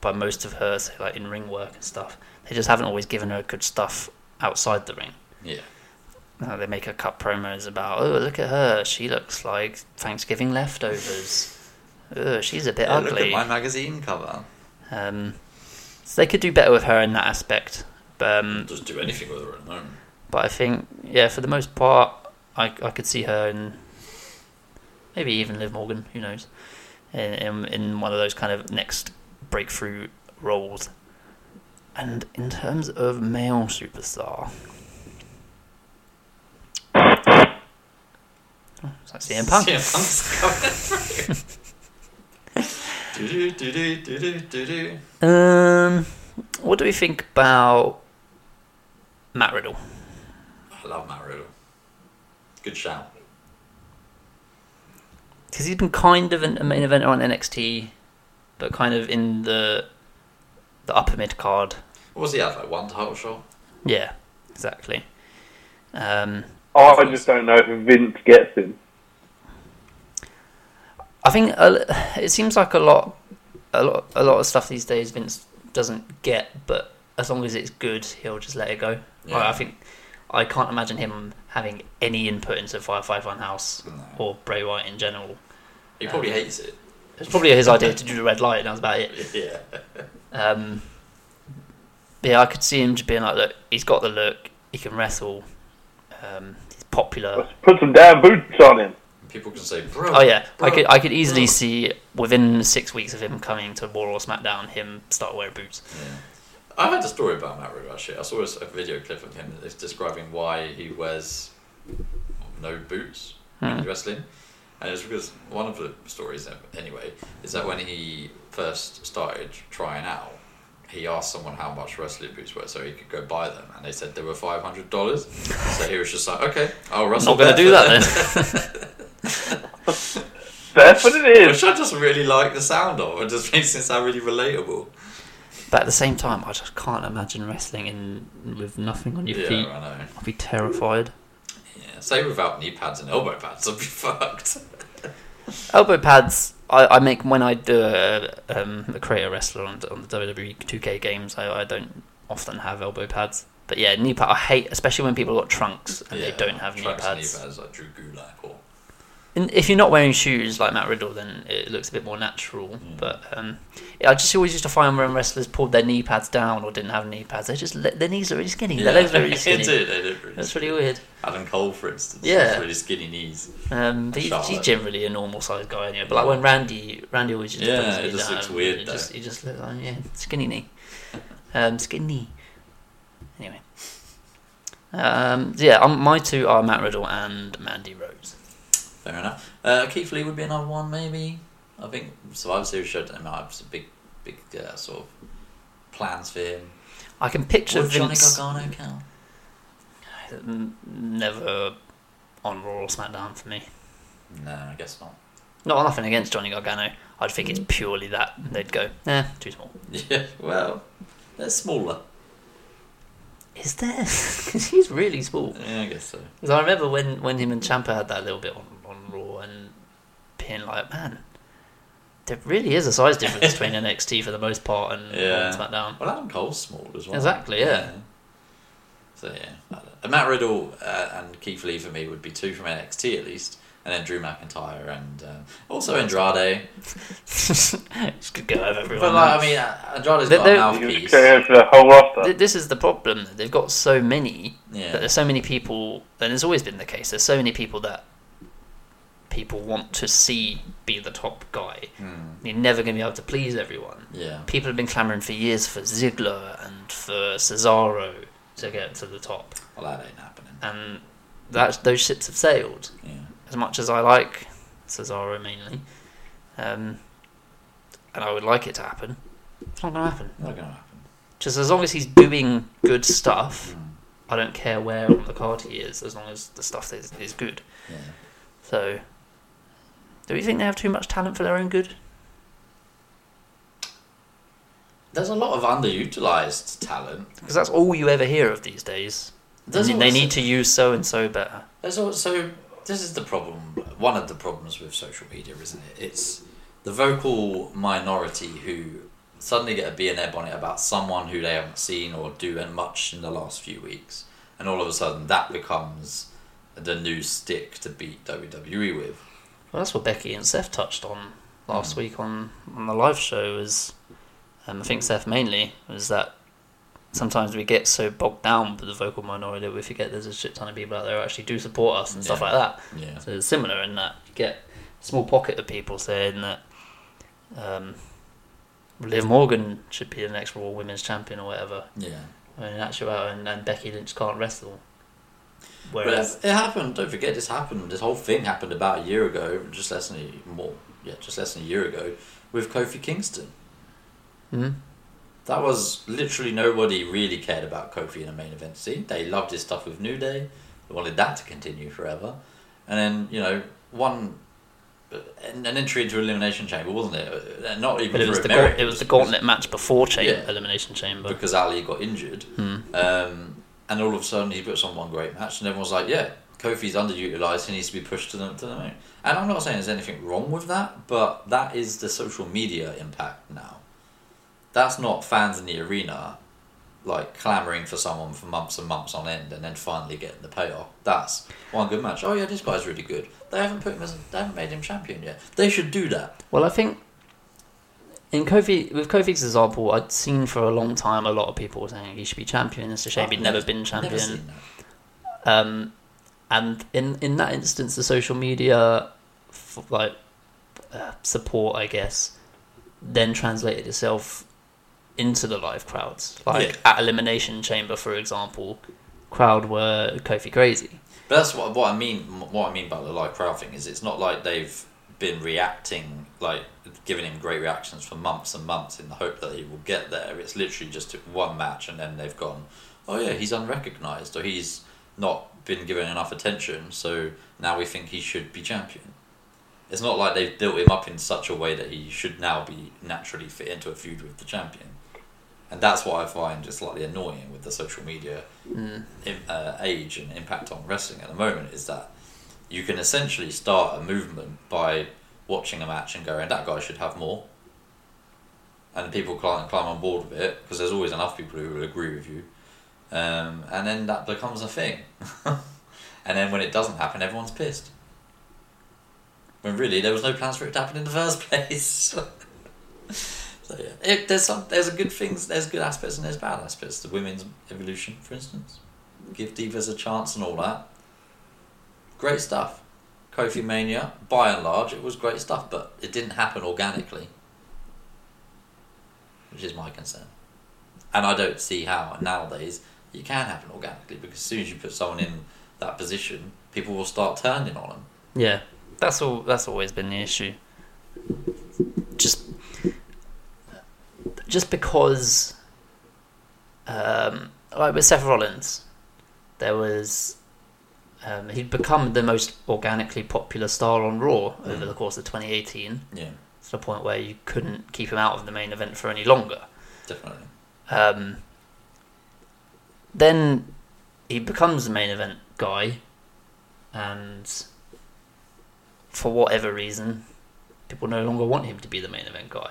S2: by most of her, say, like in ring work and stuff. They just haven't always given her good stuff outside the ring.
S3: Yeah,
S2: Uh, they make a cut promos about, oh, look at her. She looks like Thanksgiving leftovers. Ugh, she's a bit
S3: Yeah, look at
S2: ugly.
S3: my magazine cover.
S2: Um, so they could do better with her in that aspect. But, um,
S3: Doesn't do anything with her at the moment.
S2: but I think, yeah, for the most part, I, I could see her in maybe even Liv Morgan, who knows, in, in, in one of those kind of next breakthrough roles. And in terms of male superstar. Oh, Is that CM Punk?
S3: CM Punk's coming through. do do do do do do do.
S2: Um, what do we think about Matt Riddle?
S3: I love Matt Riddle. Good shout.
S2: Because he's been kind of an, a main eventer on NXT, but kind of in the the upper mid card.
S3: What was he at? Like one title shot?
S2: Yeah, exactly. Um,
S5: I just don't know if Vince gets him.
S2: I think uh, it seems like a lot, a lot, a lot of stuff these days Vince doesn't get, but as long as it's good, he'll just let it go.
S3: Yeah.
S2: I, I think I can't imagine him having any input into Fire Five One House
S3: No.
S2: or Bray Wyatt in general.
S3: He
S2: Uh,
S3: probably hates it.
S2: It's probably his idea to do the red light, and that's about it.
S3: Yeah.
S2: Um, but yeah, I could see him just being like, look, he's got the look, he can wrestle, um, he's popular.
S5: Let's put some damn boots on him.
S3: People can say, bro.
S2: Oh yeah, I could I could
S3: bro.
S2: easily see within six weeks of him coming to Raw or SmackDown, him start wearing boots.
S3: I heard a story about Matt Riddle actually. I saw a video clip of him that's describing why he wears no boots
S2: Hmm.
S3: in wrestling. And it's because one of the stories, uh, anyway, is that when he first started trying out, he asked someone how much wrestling boots were so he could go buy them. And they said they were $500. so he was just like, okay, I'll wrestle.
S2: Not gonna do
S3: barefoot
S2: that then.
S5: That's what it is.
S3: Which I just really like the sound of. It just makes it sound really relatable.
S2: but at the same time, I just can't imagine wrestling in with nothing on your
S3: Yeah,
S2: feet.
S3: I know.
S2: I'd be terrified.
S3: Yeah, say without knee pads and elbow pads, I'd be fucked.
S2: Elbow pads. I, I make when I do a, um, a creator wrestler on, on the WWE 2K games. I, I don't often have elbow pads, but yeah, knee pad. I hate, especially when people got trunks and they
S3: Yeah,
S2: don't have knee
S3: trunks and
S2: pads.
S3: Knee pads like Drew Gulak or
S2: And if you're not wearing shoes like Matt Riddle, then it looks a bit more natural.
S3: Mm.
S2: But um, yeah, I just always used to find when wrestlers pulled their knee pads down or didn't have knee pads, they just let- their knees are really skinny. Their legs are really skinny.
S3: They do, they do really
S2: That's
S3: skinny.
S2: really weird.
S3: Alan Cole, for instance,
S2: Yeah.
S3: has really skinny knees.
S2: Um, but he's, he's
S3: Charlotte.
S2: generally a normal sized guy anyway. But like when Randy, Randy always just
S3: Yeah,
S2: brings
S3: it
S2: me
S3: just
S2: down.
S3: looks weird,
S2: He just, he just looks like yeah, skinny knee, um, skinny. Anyway, um, yeah, um, my two are Matt Riddle and Mandy Rose.
S3: Fair enough. Uh, Keith Lee would be another one, maybe. I think Survivor Series showed him out some big, big uh, sort of plans for him.
S2: I can picture
S3: Would Johnny
S2: Vince
S3: Gargano count?
S2: n- never on Raw or SmackDown for me.
S3: No, I guess not.
S2: Not nothing against Johnny Gargano. I'd think
S3: Mm.
S2: it's purely that they'd go, eh, too small.
S3: Yeah, well, they're smaller.
S2: Is there? Because he's really small.
S3: Yeah, I guess so.
S2: Because I remember when, when him and Champa had that little bit on, on Raw and being like, man, there really is a size difference between NXT for the most part and
S3: Yeah.
S2: and SmackDown.
S3: Well, Adam Cole's small as well.
S2: Exactly, yeah.
S3: So yeah, like that. And Matt Riddle uh, and Keith Lee for me would be two from NXT at least, and then Drew McIntyre and uh, also Andrade.
S2: Just could go over everyone.
S3: But like, I mean, uh, Andrade's got
S2: They-
S3: a
S2: they-
S5: You just
S3: mouthpiece.
S5: go for the whole roster.
S2: Th- this is the problem. They've got so many
S3: Yeah.
S2: that there's so many people, and it's always been the case. There's so many people that people want to see be the top guy. You're never going to be able to please everyone.
S3: Hmm. Yeah,
S2: People have been clamoring for years for Ziggler and for Cesaro to get to the top,
S3: well that ain't happening.
S2: and that those ships have sailed.
S3: Yeah,
S2: As much as I like Cesaro mainly, um, and I would like it to happen, it's not going to happen
S3: not gonna happen. Hmm.
S2: just as long as he's doing good stuff, I don't care where on the card he is, as long as the stuff is, is good.
S3: Yeah.
S2: So, do you think they have too much talent for their own good?
S3: There's a lot of underutilized talent.
S2: Because that's all you ever hear of these days. They,
S3: There's
S2: they
S3: also-
S2: need to use so and so better.
S3: There's also this is the problem. One of the problems with social media, isn't it? It's the vocal minority who suddenly get a bee in their bonnet about someone who they haven't seen or doing much in the last few weeks, and all of a sudden that becomes the new stick to beat WWE with.
S2: Well, that's what Becky and Seth touched on last
S3: Hmm.
S2: week on, on the live show. Is um, I think Seth mainly was that sometimes we get so bogged down with the vocal minority that we forget there's a shit ton of people out there who actually do support us and stuff
S3: Yeah.
S2: like that.
S3: Yeah.
S2: So it's similar in that you get a small pocket of people saying that um, Liv Morgan should be the next Raw Women's Champion or whatever,
S3: Yeah.
S2: when in actuality, and, and Becky Lynch can't wrestle.
S3: But
S2: Whereas,
S3: it, it happened. Don't forget, this happened. This whole thing happened about a year ago, just less than a more, yeah, just less than a year ago, with Kofi Kingston.
S2: Mhm.
S3: That was literally nobody really cared about Kofi in the main event scene. They loved his stuff with New Day. They wanted that to continue forever, and then you know one an, an entry into Elimination Chamber, wasn't it? Uh, Not even
S2: But it was the
S3: through merit,
S2: gaunt- it was the gauntlet match before chamber,
S3: Yeah.
S2: elimination chamber.
S3: because Ali got injured,
S2: Hmm.
S3: um, and all of a sudden he puts on one great match, and everyone's like, "Yeah, Kofi's underutilized. He needs to be pushed to the to the moon." And I'm not saying there's anything wrong with that, but that is the social media impact now. That's not fans in the arena, like clamoring for someone for months and months on end, and then finally getting the payoff. That's one good match. Oh yeah, this guy's really good. They haven't put him as they haven't made him champion yet. They should do that.
S2: Well, I think in Kofi with Kofi's example, I'd seen for a long time a lot of people were saying he should be champion. It's a shame
S3: I've
S2: he'd never been champion.
S3: Oh, never seen that.
S2: Um, and in in that instance, the social media f- like uh, support, I guess, then translated itself into the live crowds. Like
S3: Yeah.
S2: at Elimination Chamber, for example, crowd were Kofi crazy.
S3: But that's what what I mean. What I mean by the live crowd thing is, it's not like they've been reacting, like giving him great reactions for months and months in the hope that he will get there. It's literally just took one match, and then they've gone, oh yeah, he's unrecognised or he's not been given enough attention, so now we think he should be champion. It's not like they've built him up in such a way that he should now be naturally fit into a feud with the champion. And that's what I find is slightly annoying with the social media im- uh, age and impact on wrestling at the moment is that you can essentially start a movement by watching a match and going, that guy should have more. And people climb, climb on board with it because there's always enough people who will agree with you. Um, and then that becomes a thing. and then when it doesn't happen, everyone's pissed. When really, there was no plans for it to happen in the first place. So yeah, it, there's some there's a good things, there's good aspects and there's bad aspects. The women's evolution, for instance, give divas a chance and all that. Great stuff. Kofi Mania, by and large, it was great stuff, but it didn't happen organically, which is my concern. And I don't see how nowadays it can happen organically because as soon as you put someone in that position, people will start turning on them.
S2: Yeah, that's all. That's always been the issue. Just, just because, um, like with Seth Rollins, there was. Um, he'd become the most organically popular star on Raw over the course of 2018,
S3: Yeah,
S2: to the point where you couldn't keep him out of the main event for any longer
S3: definitely.
S2: um, then he becomes the main event guy, and for whatever reason, people no longer want him to be the main event guy.
S3: So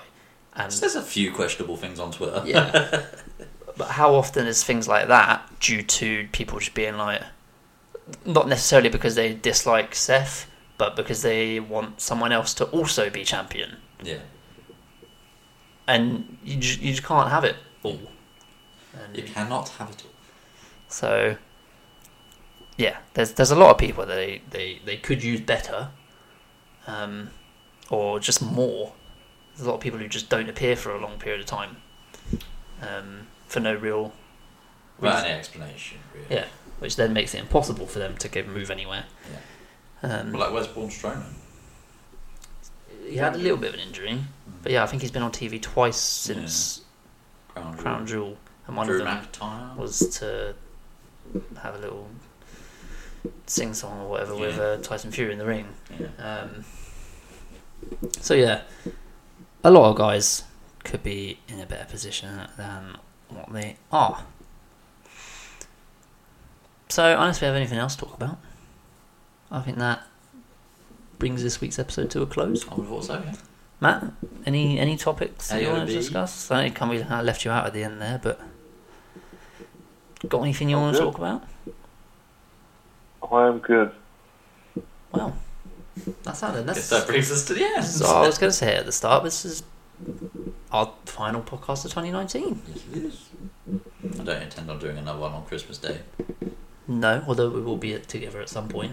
S2: And
S3: there's a few questionable things on Twitter.
S2: yeah, but how often is things like that due to people just being like, not necessarily because they dislike Seth, but because they want someone else to also be champion,
S3: yeah.
S2: and you just, you just can't have it all. And
S3: You cannot have it all.
S2: So yeah, there's there's a lot of people that they, they, they could use better, um, or just more. There's a lot of people who just don't appear for a long period of time, um, for no real
S3: Without
S2: reason.
S3: any explanation, really.
S2: Yeah, which then makes it impossible for them to go move anywhere. Um,
S3: Well, like, where's Braun Strowman?
S2: he had a little bit of an injury, but yeah, I think he's been on TV twice since
S3: Crown,
S2: Crown Jewel, and one
S3: Drew
S2: of them
S3: McIntyre.
S2: was to have a little sing song or whatever with
S3: Yeah.
S2: uh, Tyson Fury in the ring.
S3: Yeah.
S2: Um, so yeah, a lot of guys could be in a better position than what they are. So unless we have anything else to talk about, I think that brings this week's episode to a close.
S3: I would have thought so, yeah.
S2: Matt, any any topics that you want
S3: AOB.
S2: to discuss? I know can we I left you out at the end there, but got anything you want to
S5: good.
S2: talk about?
S5: Oh, I am good.
S2: Well, that's that. Then.
S3: Guess
S2: That's
S3: that brings us to the end.
S2: So I was going to say at the start, this is our final podcast of 2019.
S3: Yes, it is. I don't intend on doing another one on Christmas Day.
S2: No, although we will be together at some point.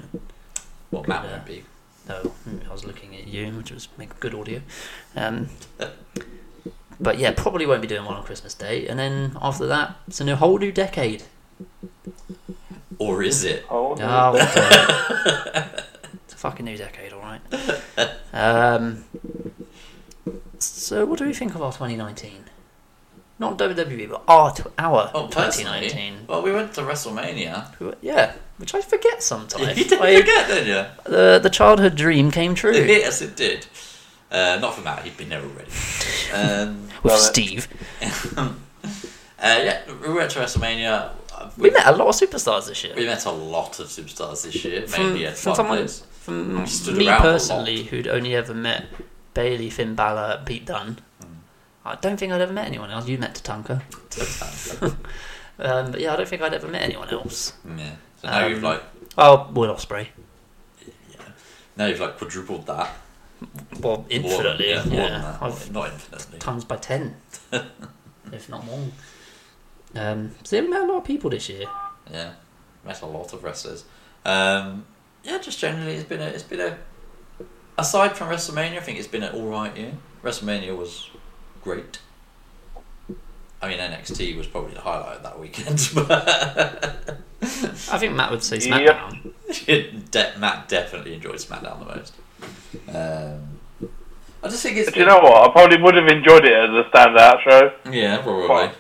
S3: Well, Matt
S2: Yeah.
S3: won't be.
S2: No, hmm, I was looking at you, which was make good audio. Um, but yeah, probably won't be doing one on Christmas Day. And then after that, it's a new, whole new decade.
S3: Or is it?
S5: Oh,
S2: Oh, God. it's a fucking new decade, all right. Um, so, what do we think of our 2019? not WWE, but our to our
S3: Oh, personally,
S2: 2019.
S3: well, we went to WrestleMania.
S2: Yeah, which I forget sometimes.
S3: You didn't
S2: Like,
S3: forget, did you?
S2: The the childhood dream came true with
S3: Yes, it did. Uh, not for Matt, he'd been there already. Um,
S2: Steve.
S3: uh, yeah, we went to WrestleMania. Uh,
S2: We met a lot of superstars this year.
S3: we met a lot of superstars this year,
S2: From,
S3: mainly at
S2: Mm, from
S3: one
S2: someone,
S3: place.
S2: from
S3: stood
S2: me
S3: around a lot.
S2: personally, who'd only ever met Bailey, Finn Balor, Pete Dunne. I don't think I'd ever met anyone else. You met Tatanka, um, but yeah, I don't think I'd ever met anyone else.
S3: yeah. So now you've
S2: Um,
S3: like
S2: Oh, Will Osprey.
S3: now you've like quadrupled that.
S2: Well,
S3: More than-
S2: infinitely,
S3: yeah,
S2: yeah.
S3: more than that.
S2: I've-
S3: Not infinitely.
S2: times by ten, if not more. Um, so yeah, we met a lot of people this year.
S3: Yeah, met a lot of wrestlers. Um, yeah, just generally, it's been a, it's been a. Aside from WrestleMania, I think it's been an all right year. WrestleMania was great. I mean, NXT was probably the highlight of that weekend, but
S2: I think Matt would say
S5: Yeah.
S2: SmackDown.
S3: De- Matt definitely enjoyed SmackDown the most. Um, I just think it's.
S5: Do you know what? I probably would have enjoyed it as a standout show.
S3: Yeah, probably.
S5: Fuck.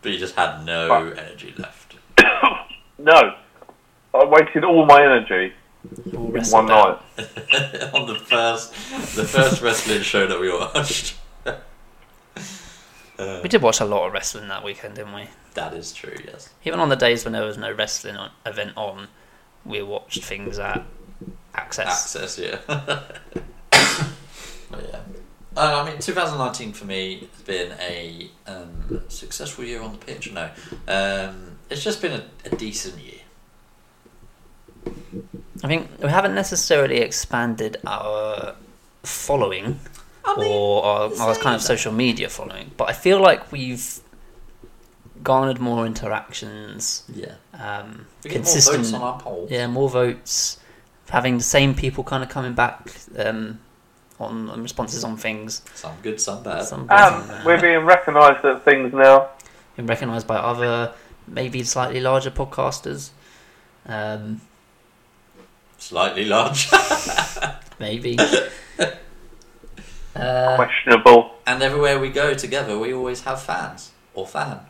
S3: But you just had no
S5: Fuck.
S3: energy left.
S5: No. I wasted all my energy
S2: We'll
S5: in
S2: wrestle
S5: one
S2: down.
S5: night.
S3: on the first the first wrestling show that we watched.
S2: We did watch a lot of wrestling that weekend, didn't we?
S3: That is true, yes.
S2: Even on the days when there was no wrestling on, event on, we watched things at Access.
S3: Access, yeah. but yeah. Uh, I mean, 2019 for me has been a um, successful year on the pitch. No, um, it's just been a, a decent year.
S2: I think we haven't necessarily expanded our following or our, our kind of social media following, but I feel like we've garnered more interactions,
S3: Yeah,
S2: um,
S3: we get more
S2: consistent,
S3: votes on our poll.
S2: yeah, more votes, having the same people kind of coming back um, on, on responses on things.
S3: Some good, some bad.
S2: Some
S5: And
S2: uh,
S5: we're being recognised at things now.
S2: been recognised by other, maybe slightly larger podcasters. Um,
S3: Slightly large.
S2: maybe. uh,
S5: Questionable.
S3: and everywhere we go together, we always have fans or fan.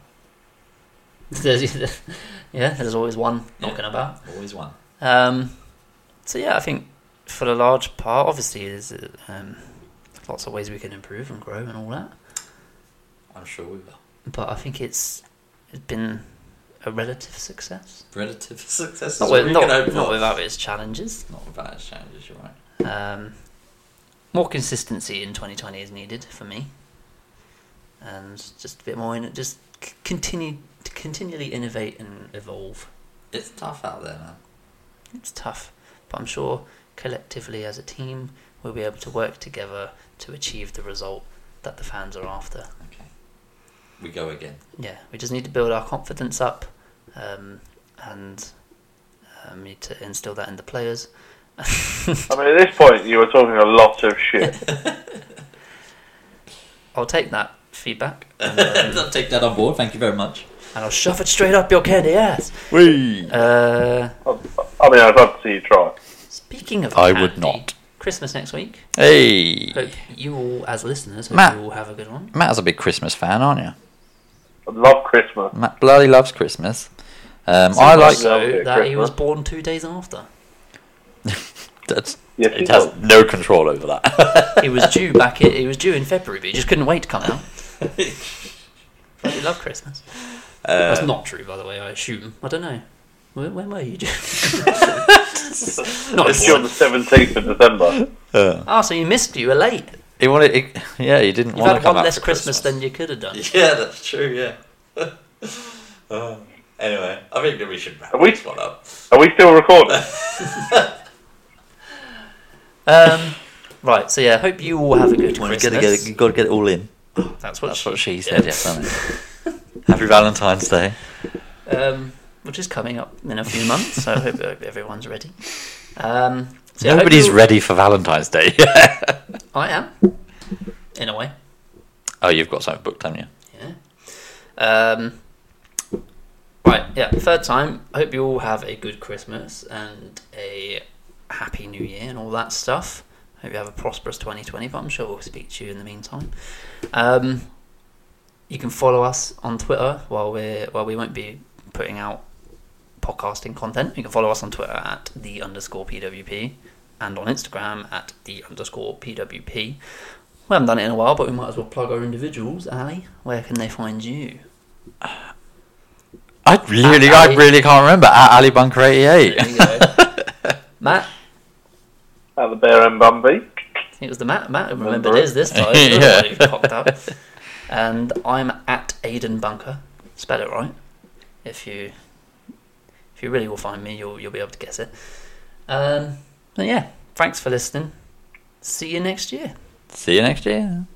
S2: there's- yeah, there's always one knocking
S3: Yeah.
S2: about.
S3: Always one.
S2: Um, so yeah, I think for the large part, obviously, there's uh, um, lots of ways we can improve and grow and all that.
S3: I'm sure we will.
S2: But I think it's it's been a relative success.
S3: Relative success. is
S2: Not,
S3: what
S2: with,
S3: we
S2: not,
S3: can hope
S2: not
S3: for.
S2: without its challenges.
S3: Not without its challenges, you're right.
S2: Um, more consistency in 2020 is needed for me, and just a bit more in it. Just c- continue to continually innovate and evolve.
S3: It's tough out there, man.
S2: It's tough, but I'm sure collectively as a team we'll be able to work together to achieve the result that the fans are after.
S3: Okay. We go again.
S2: Yeah, we just need to build our confidence up, um, and um, need to instill that in the players.
S5: I mean, at this point, you were talking a lot of shit.
S2: I'll take that feedback, and, um,
S3: I'll take that on board. Thank you very much.
S2: and I'll shove it straight up your candy ass.
S3: We.
S2: Uh,
S5: I mean, I'd love to see you try.
S2: speaking of,
S3: I would
S2: candy,
S3: not.
S2: Christmas next week.
S3: Hey.
S2: Hope you all, as listeners, hope
S3: Matt.
S2: you all have a good one.
S3: Matt's a big Christmas fan, aren't you?
S5: I'd love Christmas.
S3: Matt bloody loves Christmas. Um,
S2: So
S3: I
S2: much
S3: like.
S2: so
S5: Yeah,
S2: that he was
S5: Christmas.
S2: born two days after.
S3: That's,
S5: Yes,
S3: it
S5: he
S3: has
S5: does.
S3: no control over that.
S2: He was due back. In, he was due in February, but he just couldn't wait to come out. But he loved Christmas.
S3: Uh,
S2: That's not true, by the way. I assume. I don't know. When, when were you? due? not
S5: It's due on the
S2: important.
S5: 17th of December.
S2: Ah, so you missed. You were late.
S3: he wanted. He, yeah, he didn't
S2: You've
S3: want to
S2: had
S3: come
S2: one
S3: out
S2: less
S3: for
S2: Christmas, than you could have done.
S3: Yeah, that's true. Yeah. Um, anyway, I think that we should wrap
S5: Are we-
S3: this one up.
S5: Are we still recording?
S2: Um, right. So yeah, hope you all have a good
S3: Well, you
S2: Christmas.
S3: gotta get it- you got to get it all in.
S2: That's what
S3: That's
S2: she,
S3: what she said. Yes, I know. Happy Valentine's Day.
S2: um, which is coming up in a few months. So I hope hope everyone's ready. Um, so yeah, hope
S3: Nobody's
S2: you-
S3: ready for Valentine's Day.
S2: I am, in a way.
S3: oh, you've got something booked, haven't you?
S2: Yeah. Um, right, yeah, third time. I hope you all have a good Christmas and a happy new year and all that stuff. Hope you have a prosperous 2020, but I'm sure we'll speak to you in the meantime. Um, You can follow us on Twitter while we're while we won't be putting out podcasting content. You can follow us on Twitter at the underscore PWP and on Instagram at the underscore PWP. We haven't done it in a while, but we might as well plug our individuals. Ali, where can they find you?
S3: I really,
S2: At
S3: I
S2: Ali-
S3: really can't remember. At Ali Bunker
S2: There you
S3: 88.
S2: go. Matt,
S5: At the Bear and Bumby.
S2: it was the Matt. Matt remembered
S5: Remember
S2: it is this time. It's
S3: Yeah.
S2: already popped up. And I'm at Aiden Bunker. Spell it right. If you if you really will find me, you'll you'll be able to guess it. Um, but yeah, thanks for listening. See you next year.
S3: See you next year.